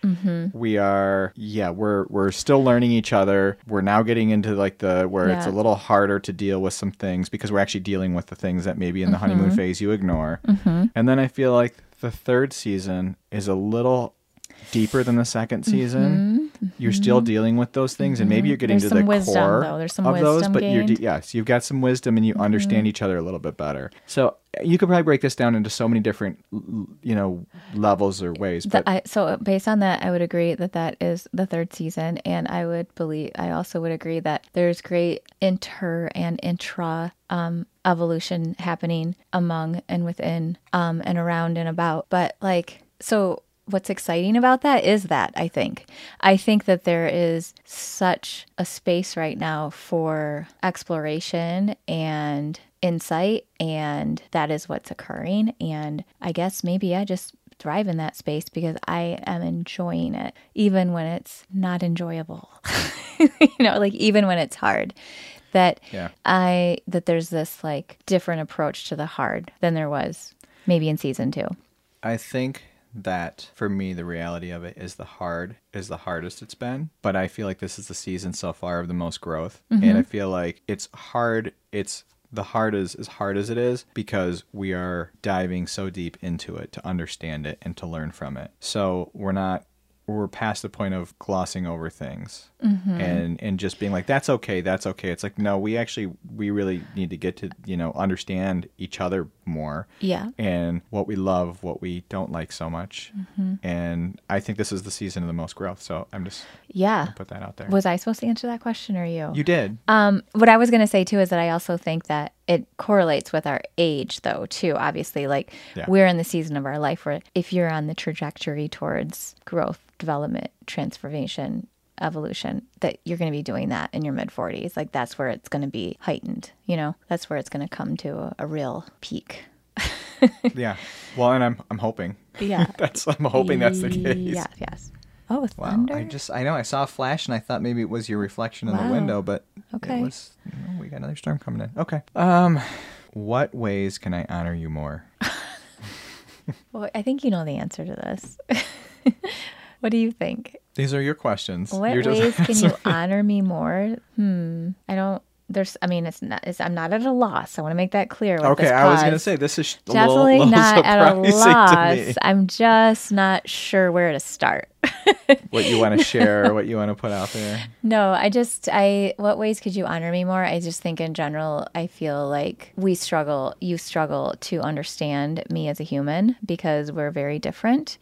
Speaker 1: we are yeah, we're we're still learning each other. We're now getting into like the where it's a
Speaker 2: Yeah.
Speaker 1: little harder to deal with some things because we're actually dealing with the things that maybe in the
Speaker 2: Mm-hmm.
Speaker 1: honeymoon phase you ignore. And then I feel like the third season is a little deeper than the second
Speaker 2: Mm-hmm.
Speaker 1: season. You're still dealing with those things, and maybe you're getting
Speaker 2: There's
Speaker 1: to the
Speaker 2: some wisdom,
Speaker 1: core
Speaker 2: though. There's some
Speaker 1: of those.
Speaker 2: wisdom
Speaker 1: But you're
Speaker 2: gained.
Speaker 1: de- yes, you've got some wisdom, and you understand each other a little bit better. So you could probably break this down into so many different, l- you know, levels or ways.
Speaker 2: The-
Speaker 1: But
Speaker 2: I, so uh, based on that, I would agree that that is the third season, and I would believe I also would agree that there's great inter and intra um, evolution happening among and within um, and around and about. But like, so what's exciting about that is that I think I think that there is such a space right now for exploration and insight and that is what's occurring and I guess maybe I just thrive in that space because I am enjoying it, even when it's not enjoyable. you know, like even when it's hard. That
Speaker 1: Yeah.
Speaker 2: I that there's this like different approach to the hard than there was maybe in season two.
Speaker 1: I think that for me, the reality of it is the hard is the hardest it's been. But I feel like this is the season so far of the most growth, and I feel like it's hard. It's the hard is as hard as it is because we are diving so deep into it to understand it and to learn from it. So we're not we're past the point of glossing over things and and just being like that's okay that's okay it's like no we actually we really need to get to you know understand each other more
Speaker 2: Yeah.
Speaker 1: and what we love, what we don't like so much.
Speaker 2: Mm-hmm.
Speaker 1: And I think this is the season of the most growth. So I'm just
Speaker 2: Yeah.
Speaker 1: put that out there.
Speaker 2: Was I supposed to answer that question or you?
Speaker 1: you did.
Speaker 2: Um, what I was going to say too is that I also think that it correlates with our age though too obviously like
Speaker 1: Yeah.
Speaker 2: we're in the season of our life where if you're on the trajectory towards growth development transformation evolution that you're going to be doing that in your mid 40s like that's where it's going to be heightened you know that's where it's going to come to a, a real peak
Speaker 1: yeah. Well, and I'm I'm hoping.
Speaker 2: yeah
Speaker 1: That's I'm hoping that's the case.
Speaker 2: yeah yes oh
Speaker 1: Wow.
Speaker 2: thunder
Speaker 1: I just I know I saw a flash and I thought maybe it was your reflection in
Speaker 2: Wow.
Speaker 1: the window, but
Speaker 2: Okay.
Speaker 1: it was no, we got another storm coming in. Okay. Um what ways can I honor you more?
Speaker 2: well i think you know the answer to this what do you think
Speaker 1: These are your questions.
Speaker 2: What
Speaker 1: You're just
Speaker 2: ways can you honor me more? Hmm. I don't. There's. I mean, it's not. It's, I'm not at a loss. I want to make that clear. With
Speaker 1: Okay,
Speaker 2: this
Speaker 1: I was gonna
Speaker 2: pause.
Speaker 1: say this is a little,
Speaker 2: Definitely
Speaker 1: little
Speaker 2: not at a
Speaker 1: surprising to me.
Speaker 2: loss. I'm just not sure where to start.
Speaker 1: What you want to share, what you want to put out there.
Speaker 2: no, I just. I. What ways could you honor me more? I just think in general, I feel like we struggle. You struggle to understand me as a human because we're very different.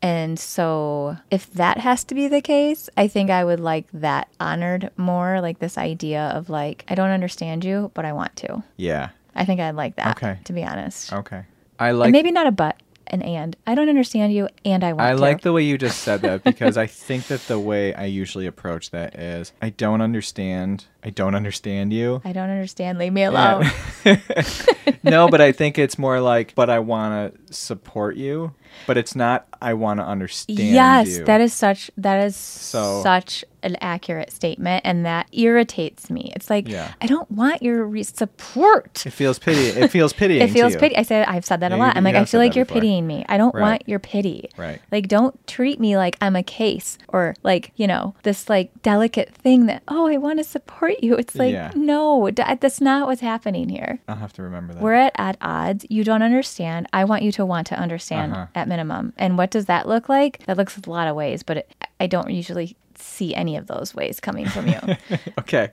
Speaker 2: And so, if that has to be the case, I think I would like that honored more. Like this idea of like, I don't understand you, but I want to.
Speaker 1: Yeah.
Speaker 2: I think I'd like that.
Speaker 1: Okay.
Speaker 2: To be honest,
Speaker 1: Okay. I
Speaker 2: And
Speaker 1: like
Speaker 2: maybe not a but, an and. I don't understand you, and I want.
Speaker 1: I
Speaker 2: to.
Speaker 1: like the way you just said that because I think that the way I usually approach that is I don't understand. I don't understand you.
Speaker 2: I don't understand. Leave me alone.
Speaker 1: And- no, but I think it's more like, but I want to support you, but it's not, I want to understand
Speaker 2: yes,
Speaker 1: you.
Speaker 2: that is such that is
Speaker 1: So-
Speaker 2: such an accurate statement, and that irritates me. It's like
Speaker 1: Yeah.
Speaker 2: I don't want your re- support.
Speaker 1: It feels pity. It feels pitying.
Speaker 2: It
Speaker 1: to
Speaker 2: feels
Speaker 1: you.
Speaker 2: pity. I said I've said that
Speaker 1: Yeah,
Speaker 2: a
Speaker 1: you
Speaker 2: lot.
Speaker 1: d-
Speaker 2: I'm like
Speaker 1: you
Speaker 2: I
Speaker 1: have
Speaker 2: feel
Speaker 1: said
Speaker 2: like
Speaker 1: that
Speaker 2: you're
Speaker 1: before.
Speaker 2: pitying me. I don't
Speaker 1: Right.
Speaker 2: want your pity.
Speaker 1: Right.
Speaker 2: Like don't treat me like I'm a case or like you know this like delicate thing that oh I want to support you. It's like
Speaker 1: Yeah.
Speaker 2: no, d- that's not what's happening here.
Speaker 1: I'll have to remember that.
Speaker 2: We're at, at odds. You don't understand. I want you to want to understand
Speaker 1: Uh-huh.
Speaker 2: at minimum. And what does that look like? That looks a lot of ways, but it, I don't usually see any of those ways coming from you.
Speaker 1: okay.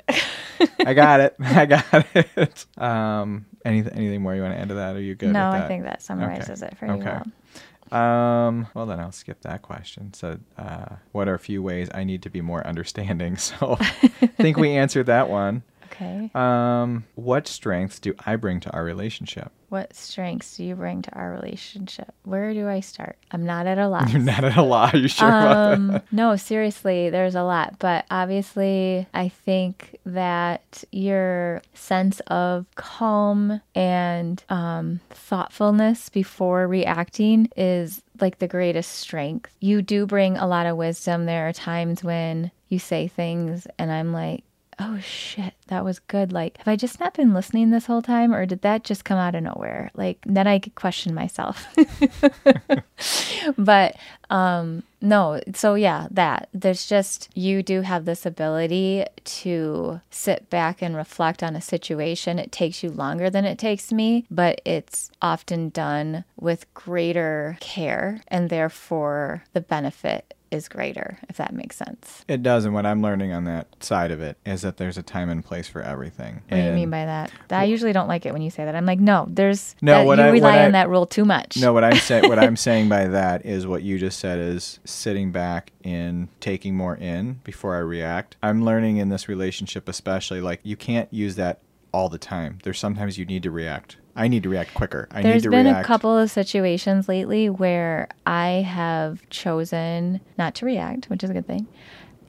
Speaker 1: I got it. I got it. Um, anything, anything more you want to add to that? Are you good?
Speaker 2: no,
Speaker 1: with that?
Speaker 2: I think that summarizes it pretty
Speaker 1: Okay.
Speaker 2: well.
Speaker 1: Um, well, then I'll skip that question. So, uh, what are a few ways I need to be more understanding? So, I think we answered that one.
Speaker 2: Okay.
Speaker 1: Um, what strengths do I bring to our relationship?
Speaker 2: What strengths do you bring to our relationship? Where do I start? I'm not at a loss.
Speaker 1: You're not at a lot. Are you sure about that?
Speaker 2: Um, no, seriously, there's a lot, but obviously, I think that your sense of calm and um, thoughtfulness before reacting is like the greatest strength. You do bring a lot of wisdom. There are times when you say things, and I'm like, Oh shit, that was good. Like, have I just not been listening this whole time, or did that just come out of nowhere? Like, then I could question myself. but um no so yeah that there's just you do have this ability to sit back and reflect on a situation it takes you longer than it takes me but it's often done with greater care and therefore the benefit is greater if that makes sense
Speaker 1: It does, and what I'm learning on that side of it is that there's a time and place for everything.
Speaker 2: what do you mean by that i usually don't like it when you say that i'm like no there's
Speaker 1: No,
Speaker 2: that,
Speaker 1: what
Speaker 2: you
Speaker 1: I- what
Speaker 2: rely
Speaker 1: I-
Speaker 2: on that rule too much
Speaker 1: no, what I'm saying, what I'm saying by that is what you just said is sitting back and taking more in before I react. I'm learning in this relationship, especially like you can't use that all the time. There's sometimes you need to react. I need to react quicker. I
Speaker 2: There's
Speaker 1: need to
Speaker 2: been
Speaker 1: react.
Speaker 2: a couple of situations lately where I have chosen not to react, which is a good thing.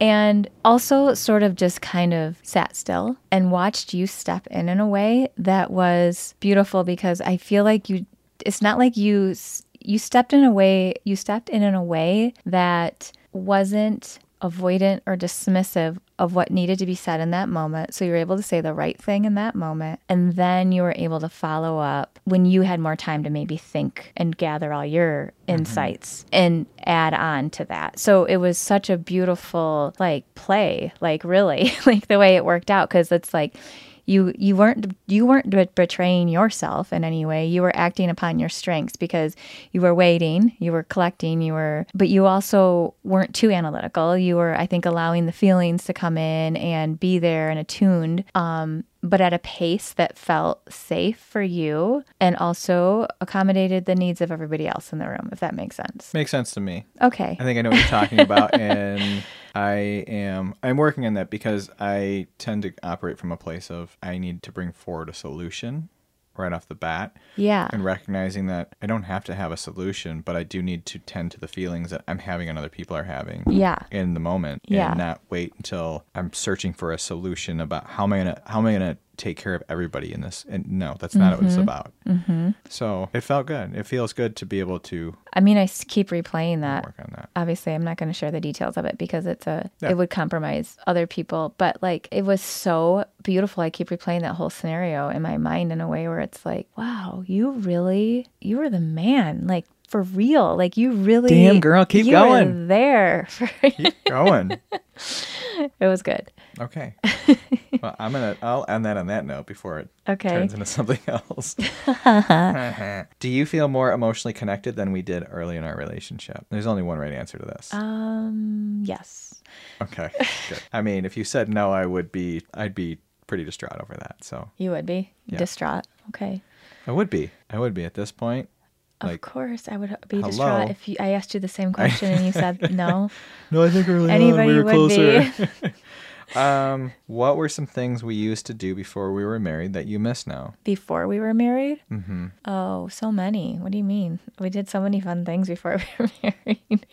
Speaker 2: And also, sort of just kind of sat still and watched you step in in a way that was beautiful because I feel like you, it's not like you, s- you stepped in a way, you stepped in in a way that wasn't avoidant or dismissive of what needed to be said in that moment. So you were able to say the right thing in that moment. And then you were able to follow up when you had more time to maybe think and gather all your insights and add on to that. So it was such a beautiful, like, play, like, really, like the way it worked out. Cause it's like, you you weren't you weren't bet- betraying yourself in any way you were acting upon your strengths because you were waiting you were collecting you were but you also weren't too analytical you were i think allowing the feelings to come in and be there and attuned um but at a pace that felt safe for you and also accommodated the needs of everybody else in the room, if that makes sense.
Speaker 1: Makes sense to me.
Speaker 2: Okay.
Speaker 1: I think I know what you're talking about, and I am I'm working on that because I tend to operate from a place of I need to bring forward a solution right off the bat,
Speaker 2: Yeah.
Speaker 1: and recognizing that I don't have to have a solution, but I do need to tend to the feelings that I'm having and other people are having.
Speaker 2: Yeah.
Speaker 1: In the moment,
Speaker 2: Yeah.
Speaker 1: and not wait until I'm searching for a solution about how am I gonna how am I gonna take care of everybody in this? And no, that's not what it's about. Mm-hmm. So it felt good. It feels good to be able to
Speaker 2: I mean, I s- keep replaying that.
Speaker 1: work on that.
Speaker 2: Obviously, I'm not going to share the details of it because it's a
Speaker 1: Yeah.
Speaker 2: it would compromise other people, but like it was so beautiful. I keep replaying that whole scenario in my mind in a way where it's like, wow, you really you were the man. Like for real. Like you really
Speaker 1: Damn, girl, keep
Speaker 2: you were
Speaker 1: going.
Speaker 2: there. For, it
Speaker 1: Going.
Speaker 2: was good.
Speaker 1: Okay. well, I'm gonna. I'll end that on that note before it
Speaker 2: Okay.
Speaker 1: turns into something else. Uh-huh. Do you feel more emotionally connected than we did early in our relationship? There's only one right answer to this.
Speaker 2: Um, yes.
Speaker 1: okay. Good. I mean, if you said no, I would be. I'd be pretty distraught over that. So
Speaker 2: You would be
Speaker 1: Yeah.
Speaker 2: distraught. Okay.
Speaker 1: I would be. I would be at this point.
Speaker 2: of
Speaker 1: Like-
Speaker 2: course, I would be
Speaker 1: Hello?
Speaker 2: distraught if you, I asked you the same question and you said no.
Speaker 1: No, I think early
Speaker 2: Anybody would be.
Speaker 1: um, what were some things we used to do before we were married that you miss now?
Speaker 2: Before we were married? Mm-hmm. Oh, so many. What do you mean? We did so many fun things before we were married.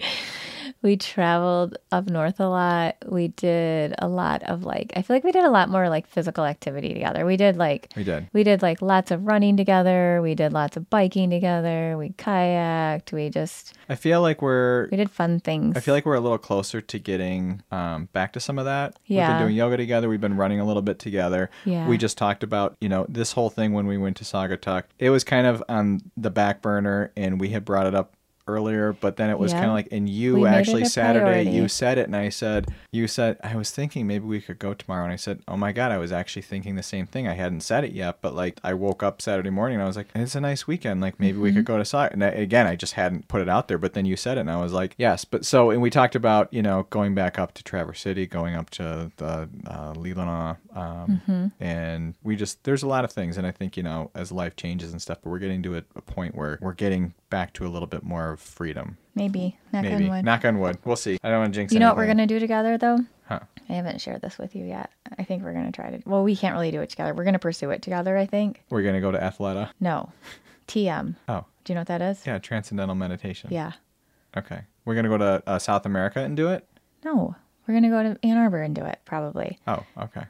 Speaker 2: we traveled up north a lot. We did a lot of like, I feel like we did a lot more like physical activity together. We did like,
Speaker 1: We did.
Speaker 2: We did like lots of running together. We did lots of biking together. We kayaked. We just
Speaker 1: I feel like we're
Speaker 2: we did fun things.
Speaker 1: I feel like we're a little closer to getting um, back to some of that. We've
Speaker 2: Yeah.
Speaker 1: been doing yoga together. We've been running a little bit together.
Speaker 2: Yeah.
Speaker 1: We just talked about, you know, this whole thing when we went to Sagatuck. It was kind of on the back burner and we had brought it up earlier, but then it was
Speaker 2: Yeah.
Speaker 1: kind of like, and you
Speaker 2: We made it
Speaker 1: actually
Speaker 2: a
Speaker 1: Saturday, you
Speaker 2: priority.
Speaker 1: said it. And I said, you said, I was thinking maybe we could go tomorrow. And I said, oh my God, I was actually thinking the same thing. I hadn't said it yet, but like I woke up Saturday morning and I was like, it's a nice weekend. Like maybe we
Speaker 2: Mm-hmm.
Speaker 1: could go to Saga. And I- again, I just hadn't put it out there, but then you said it and I was like, yes. But so, and we talked about, you know, going back up to Traverse City, going up to the uh, Leelanau. Um,
Speaker 2: Mm-hmm.
Speaker 1: And we just, there's a lot of things. And I think, you know, as life changes and stuff, but we're getting to a, a point where we're getting back to a little bit more of freedom.
Speaker 2: maybe knock
Speaker 1: Maybe.
Speaker 2: on wood.
Speaker 1: Knock on wood. We'll see. I don't want to jinx
Speaker 2: you know what we're
Speaker 1: anything.
Speaker 2: gonna do together though?
Speaker 1: Huh.
Speaker 2: I haven't shared this with you yet. I think we're gonna try to. Well, we can't really do it together. We're gonna pursue it together. I think.
Speaker 1: We're gonna go to Athleta.
Speaker 2: No, TM.
Speaker 1: Oh,
Speaker 2: Do you know what that is?
Speaker 1: yeah, transcendental meditation.
Speaker 2: Yeah.
Speaker 1: Okay. We're gonna go to uh, South America and do it.
Speaker 2: No, we're gonna go to Ann Arbor and do it probably.
Speaker 1: Oh, okay.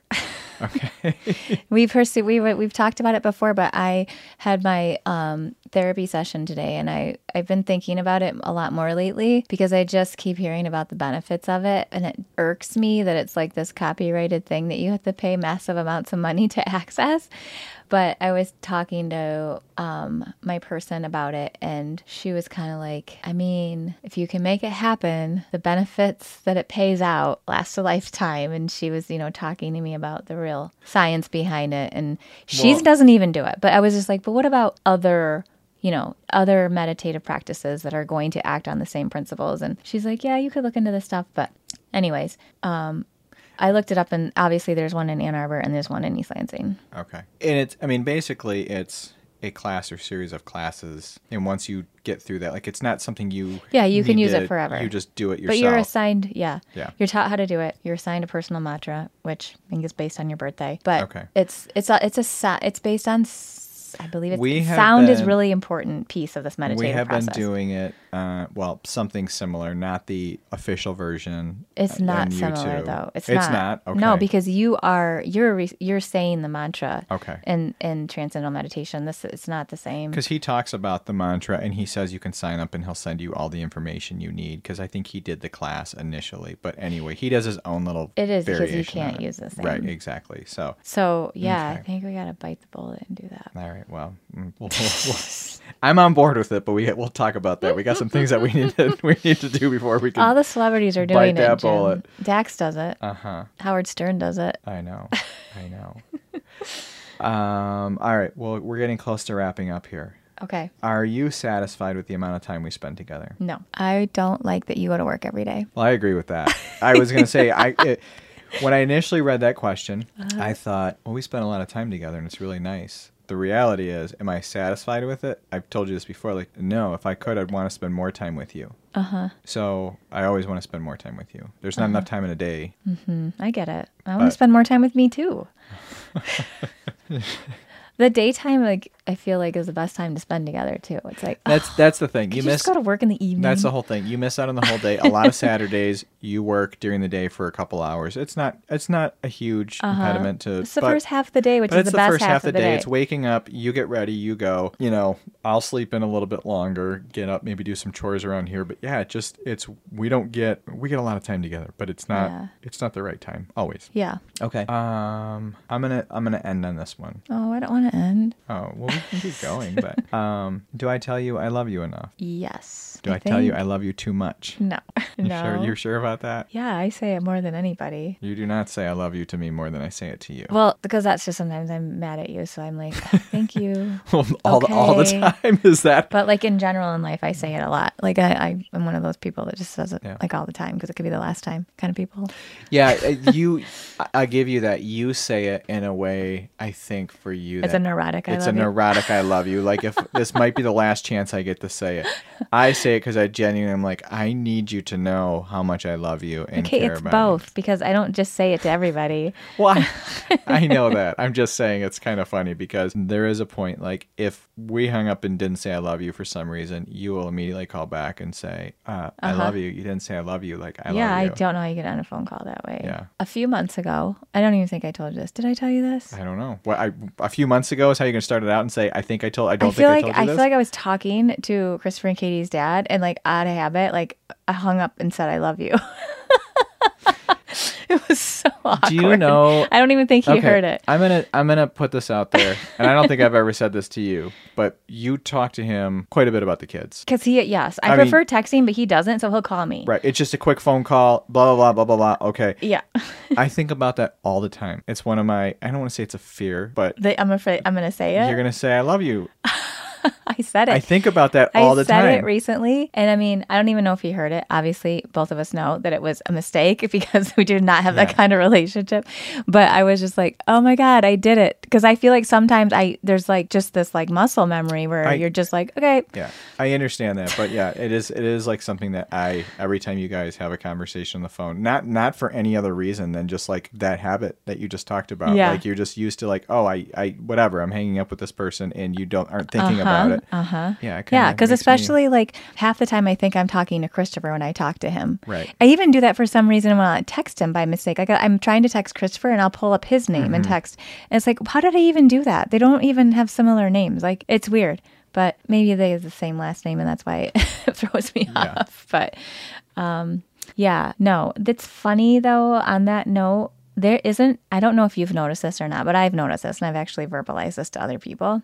Speaker 2: We've pursued. We were- we've talked about it before, but I had my um, therapy session today, and I I've been thinking about it a lot more lately because I just keep hearing about the benefits of it, and it irks me that it's like this copyrighted thing that you have to pay massive amounts of money to access. But I was talking to um, my person about it, and she was kind of like, I mean, if you can make it happen, the benefits that it pays out last a lifetime. And she was, you know, talking to me about the real science behind it. And she
Speaker 1: Well-
Speaker 2: doesn't even do it. But I was just like, but what about other. You know, other meditative practices that are going to act on the same principles. And she's like, Yeah, you could look into this stuff. But, anyways, um, I looked it up, and obviously there's one in Ann Arbor and there's one in East Lansing.
Speaker 1: Okay. And it's, I mean, basically, it's a class or series of classes, and once you get through that, like, it's not something you.
Speaker 2: Yeah, you can
Speaker 1: need
Speaker 2: use it
Speaker 1: to-
Speaker 2: forever.
Speaker 1: You just do it
Speaker 2: But
Speaker 1: yourself.
Speaker 2: you're assigned, yeah.
Speaker 1: Yeah.
Speaker 2: You're taught how to do it. You're assigned a personal mantra, which I think is based on your birthday. But
Speaker 1: Okay.
Speaker 2: it's it's a, it's a sa- it's based on s- I believe it's
Speaker 1: We have
Speaker 2: sound is
Speaker 1: been-
Speaker 2: really important piece of this meditative
Speaker 1: we have
Speaker 2: process.
Speaker 1: been doing it, uh, well, something similar, not the official version.
Speaker 2: it's
Speaker 1: uh,
Speaker 2: not
Speaker 1: on
Speaker 2: similar
Speaker 1: YouTube.
Speaker 2: though. It's,
Speaker 1: it's
Speaker 2: not.
Speaker 1: Okay.
Speaker 2: No, because you are you're re- you're saying the mantra.
Speaker 1: Okay.
Speaker 2: In in transcendental meditation, this it's not the same.
Speaker 1: Because he talks about the mantra and he says you can sign up and he'll send you all the information you need. Because I think he did the class initially. But anyway, he does his own little
Speaker 2: It is because you
Speaker 1: variation on
Speaker 2: can't
Speaker 1: it.
Speaker 2: use the same.
Speaker 1: Right, exactly. So,
Speaker 2: So yeah, I
Speaker 1: Okay.
Speaker 2: think we gotta bite the bullet and do that.
Speaker 1: all right, well, mm, we'll- we'll- we'll- I'm on board with it, but we, we'll talk about that. We got some things that we need to, we need to do before we
Speaker 2: All
Speaker 1: can.
Speaker 2: the celebrities are
Speaker 1: Bite
Speaker 2: doing
Speaker 1: that
Speaker 2: it. Jim.
Speaker 1: bullet.
Speaker 2: Dax does it.
Speaker 1: Uh huh.
Speaker 2: Howard Stern does it.
Speaker 1: I know. I know. um, all right, well, we're getting close to wrapping up here.
Speaker 2: Okay.
Speaker 1: Are you satisfied with the amount of time we spent together?
Speaker 2: No, I don't like that you go to work every day.
Speaker 1: Well, I agree with that. I was going to say I it, when I initially read that question, I thought, well, we spent a lot of time together and it's really nice. The reality is, am I satisfied with it? I've told you this before. Like, no, if I could, I'd want to spend more time with you. Uh huh. So I always want to spend more time with you. There's not enough time in a day.
Speaker 2: Mm, I get it. I want to spend more time with me too. the daytime, like I feel like, is the best time to spend together too. It's like oh,
Speaker 1: That's that's the thing. You
Speaker 2: you
Speaker 1: miss
Speaker 2: just go to work in the evening.
Speaker 1: That's the whole thing. You miss out on the whole day. A lot of Saturdays, you work during the day for a couple hours. It's not. It's not a huge impediment to.
Speaker 2: it's the
Speaker 1: but-
Speaker 2: first half of the day, which
Speaker 1: But
Speaker 2: is
Speaker 1: it's
Speaker 2: the
Speaker 1: the,
Speaker 2: best
Speaker 1: first half, of the day.
Speaker 2: day.
Speaker 1: It's waking up. You get ready. You go. You know, I'll sleep in a little bit longer. Get up. Maybe do some chores around here. But yeah, it just it's we don't get we get a lot of time together. But it's not
Speaker 2: Yeah.
Speaker 1: it's not the right time always.
Speaker 2: yeah.
Speaker 1: Okay. Um, I'm gonna I'm gonna end on this one.
Speaker 2: Oh, I don't want to end.
Speaker 1: Oh well, we can keep going. But um, do I tell you I love you enough?
Speaker 2: Yes.
Speaker 1: Do I, tell you
Speaker 2: think-
Speaker 1: I love you too much?
Speaker 2: No. no.
Speaker 1: Sure, you're sure about that?
Speaker 2: yeah, I say it more than anybody.
Speaker 1: You do not say I love you to me more than I say it to you.
Speaker 2: Well, because that's just sometimes I'm mad at you, so I'm like, thank you.
Speaker 1: all, the, all the
Speaker 2: okay.
Speaker 1: time is that.
Speaker 2: But like in general in life, I say it a lot. Like I, I I'm one of those people that just says it
Speaker 1: Yeah.
Speaker 2: like all the time because it could be the last time kind of people.
Speaker 1: Yeah, uh, you. I- I give you that. You say it in a way. I think for you,
Speaker 2: It's
Speaker 1: that
Speaker 2: a neurotic. I
Speaker 1: it's
Speaker 2: love
Speaker 1: an
Speaker 2: you.
Speaker 1: erotic. I love you. Like if this might be the last chance I get to say it, I say it because I genuinely am like I need you to know how much I love you and
Speaker 2: okay,
Speaker 1: care
Speaker 2: it's
Speaker 1: about
Speaker 2: both because I don't just say it to everybody.
Speaker 1: You. Well, I, I know that. I'm just saying it's kind of funny because there is a point. Like if we hung up and didn't say I love you for some reason, you will immediately call back and say uh, I love you. You didn't say I love you. Like I
Speaker 2: Uh-huh. yeah,
Speaker 1: love
Speaker 2: I
Speaker 1: you.
Speaker 2: don't know how you get on a phone call that way.
Speaker 1: Yeah.
Speaker 2: A few months ago, I don't even think I told you this. Did I tell you this?
Speaker 1: I don't know. What I a few months ago is how you're gonna start it out and say, I think I told I don't
Speaker 2: I feel
Speaker 1: think
Speaker 2: like
Speaker 1: I told you
Speaker 2: I
Speaker 1: this.
Speaker 2: feel like I was talking to Christopher and Katie's dad, and like out of habit, like I hung up and said, "I love you." it was so awkward.
Speaker 1: Do you know
Speaker 2: I don't even think he heard it.
Speaker 1: I'm gonna I'm gonna put this out there. And I don't think I've ever said this to you, but you talk to him quite a bit about the kids.
Speaker 2: Because he, yes, I,
Speaker 1: I mean-
Speaker 2: prefer texting, but he doesn't, so he'll call me.
Speaker 1: Right. It's just a quick phone call, blah blah blah blah blah blah. Okay.
Speaker 2: Yeah.
Speaker 1: I think about that all the time. It's one of my I don't want to say it's a fear, but
Speaker 2: They- I'm afraid I'm going to say it.
Speaker 1: you're gonna say I love you.
Speaker 2: I said it.
Speaker 1: I think about that
Speaker 2: I
Speaker 1: all the
Speaker 2: said
Speaker 1: time.
Speaker 2: it recently, and I mean, I don't even know if he heard it. Obviously, both of us know that it was a mistake because we do not have
Speaker 1: Yeah.
Speaker 2: that kind of relationship. But I was just like, "Oh my god, I did it!" Because I feel like sometimes I there's like just this like muscle memory where
Speaker 1: I-
Speaker 2: you're just like, "Okay,
Speaker 1: Yeah, I understand that, but yeah, it is it is like something that I every time you guys have a conversation on the phone, not not for any other reason than just like that habit that you just talked about.
Speaker 2: Yeah.
Speaker 1: Like you're just used to like, oh, I I whatever, I'm hanging up with this person, and you don't aren't thinking about
Speaker 2: uh-huh,
Speaker 1: it. Uh huh. Yeah. it kinda
Speaker 2: Yeah, because
Speaker 1: makes me-
Speaker 2: especially like half the time I think I'm talking to Christopher when I talk to him.
Speaker 1: Right.
Speaker 2: I even do that for some reason when I text him by mistake. Like I- I'm trying to text Christopher and I'll pull up his name
Speaker 1: Mm-hmm.
Speaker 2: and text. And it's like, how did I even do that? They don't even have similar names. Like it's weird. But maybe they have the same last name and that's why it throws me off. But yeah, no, that's funny though. On that note, there isn't, I don't know if you've noticed this or not, but I've noticed this and I've actually verbalized this to other people.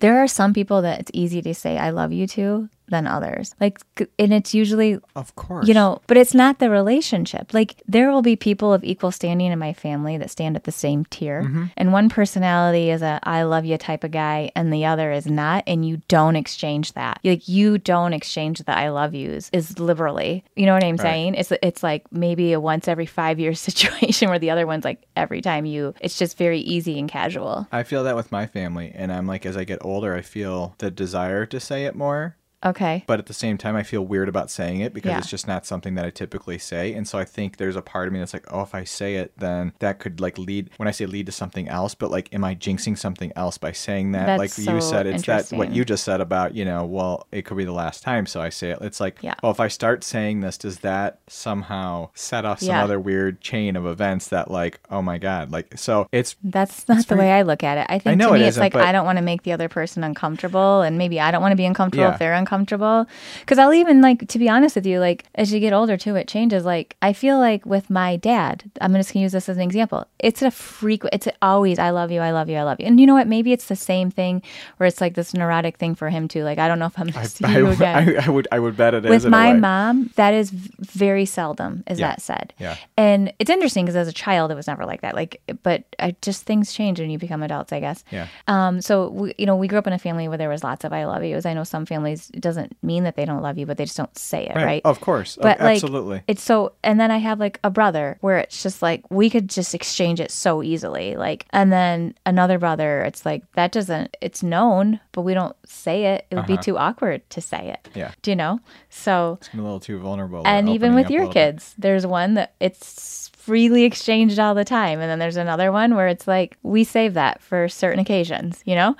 Speaker 2: There are some people that it's easy to say, I love you to than others. Like, c- and it's usually
Speaker 1: of course,
Speaker 2: you know, but it's not the relationship. Like there will be people of equal standing in my family that stand at the same tier, and one personality is a I love you type of guy and the other is not, and you don't exchange that. Like you don't exchange the I love yous is liberally. You know what I'm saying? It's it's like maybe a once every 5 years situation where the other one's like every time you it's just very easy and casual.
Speaker 1: I feel that with my family, and I'm like, as I get older, I feel the desire to say it more.
Speaker 2: Okay.
Speaker 1: but at the same time i feel weird about saying it because
Speaker 2: Yeah.
Speaker 1: it's just not something that i typically say and so i think there's a part of me that's like oh if i say it then that could like lead when i say lead to something else but like am i jinxing something else by saying that
Speaker 2: That's
Speaker 1: like
Speaker 2: so
Speaker 1: you said it's that what
Speaker 2: interesting.
Speaker 1: you just said about you know well it could be the last time so i say it it's like
Speaker 2: Yeah.
Speaker 1: well if i start saying this does that somehow set off some
Speaker 2: Yeah.
Speaker 1: other weird chain of events that like oh my god like so it's
Speaker 2: That's not the way I look at it. I think
Speaker 1: know
Speaker 2: to
Speaker 1: it
Speaker 2: me, it's
Speaker 1: isn't,
Speaker 2: like
Speaker 1: but-
Speaker 2: I don't want to make the other person uncomfortable, and maybe I don't want to be uncomfortable
Speaker 1: Yeah.
Speaker 2: if they're uncomfortable. Because I'll even like to be honest with you, like as you get older too, it changes. Like I feel like with my dad, I'm just gonna use this as an example. It's a frequent. It's always I love you, I love you, I love you. And you know what? Maybe it's the same thing where it's like this neurotic thing for him too. Like I don't know if I'm gonna see
Speaker 1: I,
Speaker 2: you again
Speaker 1: I, I would i would bet it is
Speaker 2: with
Speaker 1: in a
Speaker 2: my
Speaker 1: way.
Speaker 2: mom that is v- very seldom is
Speaker 1: Yeah.
Speaker 2: that said
Speaker 1: Yeah.
Speaker 2: and it's interesting because as a child it was never like that like but I, just things change when you become adults i guess
Speaker 1: Yeah.
Speaker 2: um so we, you know we grew up in a family where there was lots of i love yous i know some families it doesn't mean that they don't love you, but they just don't say it, right?
Speaker 1: Of course. Of-
Speaker 2: but like,
Speaker 1: absolutely.
Speaker 2: it's so and then i have like a brother where it's just like we could just exchange it so easily like and then another brother it's like that doesn't it's known but we don't say it it would be too awkward to say it
Speaker 1: Yeah.
Speaker 2: do you know so
Speaker 1: I'm a little too vulnerable.
Speaker 2: and
Speaker 1: We're
Speaker 2: even
Speaker 1: opening
Speaker 2: with
Speaker 1: up a
Speaker 2: your
Speaker 1: little bit.
Speaker 2: kids there's one that it's freely exchanged all the time and then there's another one where it's like we save that for certain occasions you know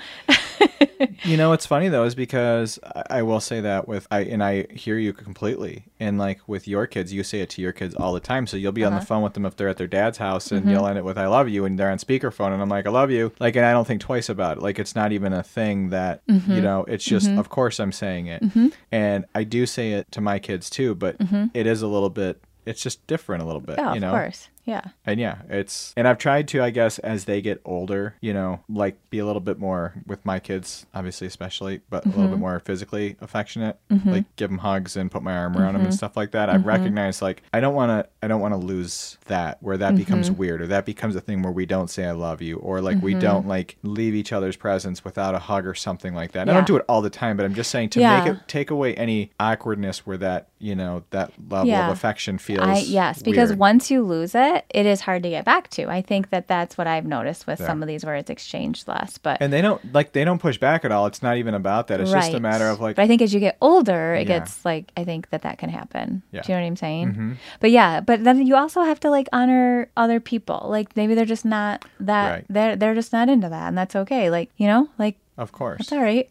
Speaker 1: You know, it's funny though, is because I, I will say that with I and I hear you completely. And like with your kids, you say it to your kids all the time. So you'll be
Speaker 2: Uh-huh.
Speaker 1: on the phone with them if they're at their dad's house,
Speaker 2: Mm-hmm.
Speaker 1: and you'll end it with "I love you," and they're on speakerphone, and I'm like "I love you," like, and I don't think twice about it. Like it's not even a thing that
Speaker 2: Mm-hmm.
Speaker 1: you know. It's just, of course, I'm saying it, and I do say it to my kids too. But it is a little bit. It's just different a little bit.
Speaker 2: Mm-hmm. yeah
Speaker 1: you
Speaker 2: Oh, of
Speaker 1: know?
Speaker 2: course yeah
Speaker 1: And yeah, it's and I've tried to, I guess, as they get older, you know, like be a little bit more with my kids, obviously, especially, but a little
Speaker 2: Mm-hmm.
Speaker 1: bit more physically affectionate, like give them hugs and put my arm around
Speaker 2: Mm-hmm.
Speaker 1: them and stuff like that. I've recognized like I don't want to, I don't want to lose that where that
Speaker 2: Mm-hmm.
Speaker 1: becomes weird or that becomes a thing where we don't say I love you or like
Speaker 2: Mm-hmm.
Speaker 1: we don't like leave each other's presence without a hug or something like that. And I
Speaker 2: Yeah.
Speaker 1: don't do it all the time, but I'm just saying to
Speaker 2: Yeah.
Speaker 1: make it take away any awkwardness where that you know that level
Speaker 2: Yeah.
Speaker 1: of affection feels.
Speaker 2: I yes, because
Speaker 1: weird.
Speaker 2: once you lose it, it is hard to get back to. I think that that's what I've noticed with some of these where it's exchanged less, but
Speaker 1: And they don't like they don't push back at all. It's not even about that. It's just a
Speaker 2: Right.
Speaker 1: matter of like
Speaker 2: But I think as you get older, it
Speaker 1: Yeah.
Speaker 2: gets like I think that that can happen.
Speaker 1: Yeah. Mm-hmm.
Speaker 2: Do you know what I'm saying? But yeah, but then you also have to like honor other people. Like maybe they're just not that
Speaker 1: Right.
Speaker 2: they're they're just not into that, and that's okay. Like you know, like
Speaker 1: of course.
Speaker 2: it's all right.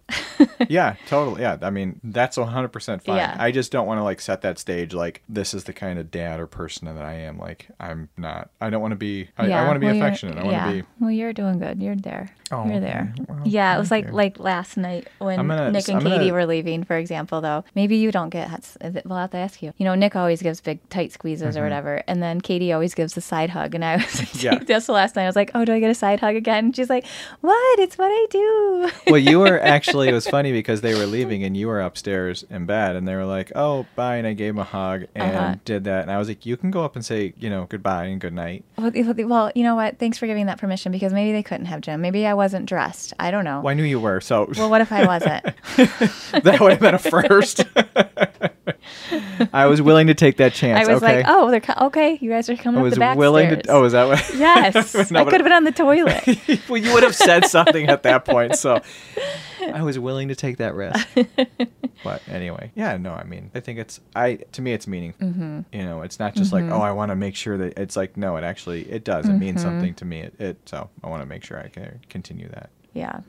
Speaker 1: yeah, totally. Yeah. I mean, that's 100% fine.
Speaker 2: Yeah.
Speaker 1: I just don't want to like set that stage like this is the kind of dad or person that I am. Like I'm not. I don't want to be I, I want to be
Speaker 2: well, you're-
Speaker 1: affectionate. I want to be
Speaker 2: Well, you're doing good. You're there.
Speaker 1: Oh,
Speaker 2: you're there.
Speaker 1: okay. Well,
Speaker 2: yeah, it was like like last night when
Speaker 1: I'm gonna-
Speaker 2: Nick and
Speaker 1: I'm gonna-
Speaker 2: Katie were leaving, for example. Though maybe you don't get. hugs. We'll have to ask you. You know, Nick always gives big tight squeezes
Speaker 1: Mm-hmm.
Speaker 2: or whatever, and then Katie always gives the side hug. And I was
Speaker 1: Yeah.
Speaker 2: just last night. I was like, oh, do I get a side hug again? And she's like, what? It's what I do.
Speaker 1: well, you were actually, it was funny because they were leaving and you were upstairs in bed and they were like, oh, bye. And I gave him a hug and
Speaker 2: Uh-huh.
Speaker 1: did that. And I was like, you can go up and say, you know, goodbye and good night.
Speaker 2: Well, the- well, you know what? Thanks for giving that permission because maybe they couldn't have Jim. Maybe I wasn't dressed. I don't know.
Speaker 1: Well, I knew you were. So
Speaker 2: Well, what if I wasn't?
Speaker 1: that would have been a first. I was willing to take that
Speaker 2: I
Speaker 1: chance.
Speaker 2: was
Speaker 1: okay?
Speaker 2: like, oh, they're co- okay. You guys are coming
Speaker 1: I
Speaker 2: up
Speaker 1: was
Speaker 2: the back
Speaker 1: willing
Speaker 2: stairs.
Speaker 1: to. Oh, is that what?
Speaker 2: Yes,
Speaker 1: No,
Speaker 2: I
Speaker 1: but-
Speaker 2: could have been on the toilet.
Speaker 1: well, you would have said something at that point. So I was willing to take that risk. but anyway, yeah, no, I mean, I think it's I to me it's meaningful.
Speaker 2: Mm-hmm.
Speaker 1: You know, it's not just like oh, I want to make sure that it's like no, it actually it does. It means
Speaker 2: Mm-hmm.
Speaker 1: something to me. It, it so I want to make sure I can continue that.
Speaker 2: yeah,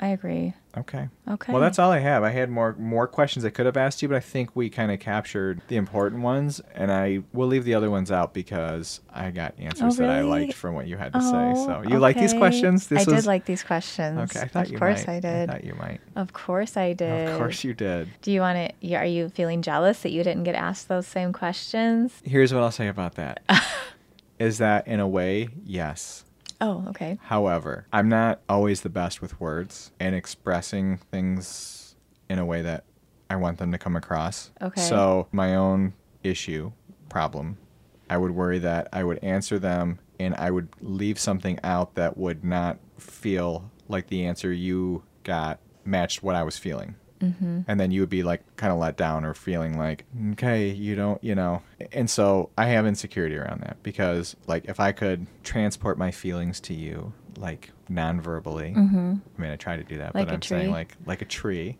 Speaker 2: I agree.
Speaker 1: Okay.
Speaker 2: Okay.
Speaker 1: Well, that's all I have. I had more more questions I could have asked you, but I think we kind of captured the important ones, and I will leave the other ones out because I got answers that I
Speaker 2: really?
Speaker 1: liked from what you had to
Speaker 2: Oh,
Speaker 1: say. So you like these
Speaker 2: okay.
Speaker 1: questions?
Speaker 2: I
Speaker 1: This
Speaker 2: did
Speaker 1: was-
Speaker 2: like these questions.
Speaker 1: Okay, I thought
Speaker 2: of
Speaker 1: you
Speaker 2: course
Speaker 1: might.
Speaker 2: I did.
Speaker 1: thought you might.
Speaker 2: Of course I did.
Speaker 1: Of course you did.
Speaker 2: Do you want to? Are you feeling jealous that you didn't get asked those same questions?
Speaker 1: Here's what I'll say about that. Is that in a way, yes.
Speaker 2: Oh, okay.
Speaker 1: However, I'm not always the best with words and expressing things in a way that I want them to come across.
Speaker 2: Okay.
Speaker 1: So, my own issue, problem, I would worry that I would answer them and I would leave something out that would not feel like the answer you got matched what I was feeling. Mm-hmm. And then you would be like kind of let down or feeling like, okay, you don't, you know. And so I have insecurity around that because, like, if I could transport my feelings to you, like, non verbally, I mean, I try to do that,
Speaker 2: Mm-hmm. Like
Speaker 1: but
Speaker 2: a
Speaker 1: I'm saying,
Speaker 2: tree.
Speaker 1: like, like a tree.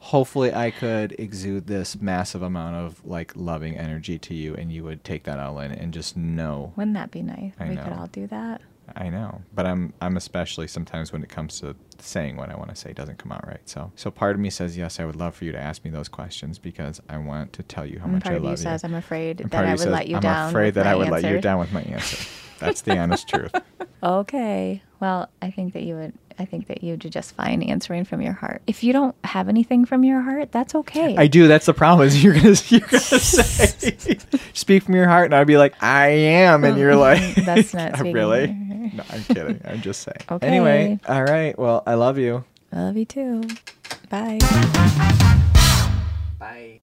Speaker 1: hopefully I could exude this massive amount of like loving energy to you and you would take that all in and just know.
Speaker 2: Wouldn't that be nice?
Speaker 1: I
Speaker 2: we could
Speaker 1: know.
Speaker 2: all do that.
Speaker 1: I know. But I'm I'm especially sometimes when it comes to saying what I want to say doesn't come out right. So so part of me says yes, I would love for you to ask me those questions because I want to tell you how
Speaker 2: And
Speaker 1: much
Speaker 2: part
Speaker 1: I
Speaker 2: of you
Speaker 1: love you.
Speaker 2: says, "I'm afraid
Speaker 1: And
Speaker 2: that
Speaker 1: part of
Speaker 2: I
Speaker 1: you
Speaker 2: would
Speaker 1: says,
Speaker 2: let you
Speaker 1: I'm
Speaker 2: down." with
Speaker 1: afraid that
Speaker 2: my
Speaker 1: I would let you
Speaker 2: answer."
Speaker 1: down with my answer. That's the honest truth.
Speaker 2: Okay. Well, I think that you would. I think that you do just fine answering from your heart. If you don't have anything from your heart, that's okay.
Speaker 1: I do. That's the problem. Is you're gonna you're gonna say speak from your heart, and I'd be like, I am, and you're like,
Speaker 2: Oh, That's not speaking
Speaker 1: really.
Speaker 2: from your
Speaker 1: No, I'm kidding. I'm just saying.
Speaker 2: Okay.
Speaker 1: Anyway, all right. Well, I love you.
Speaker 2: I love you too. Bye.
Speaker 1: Bye.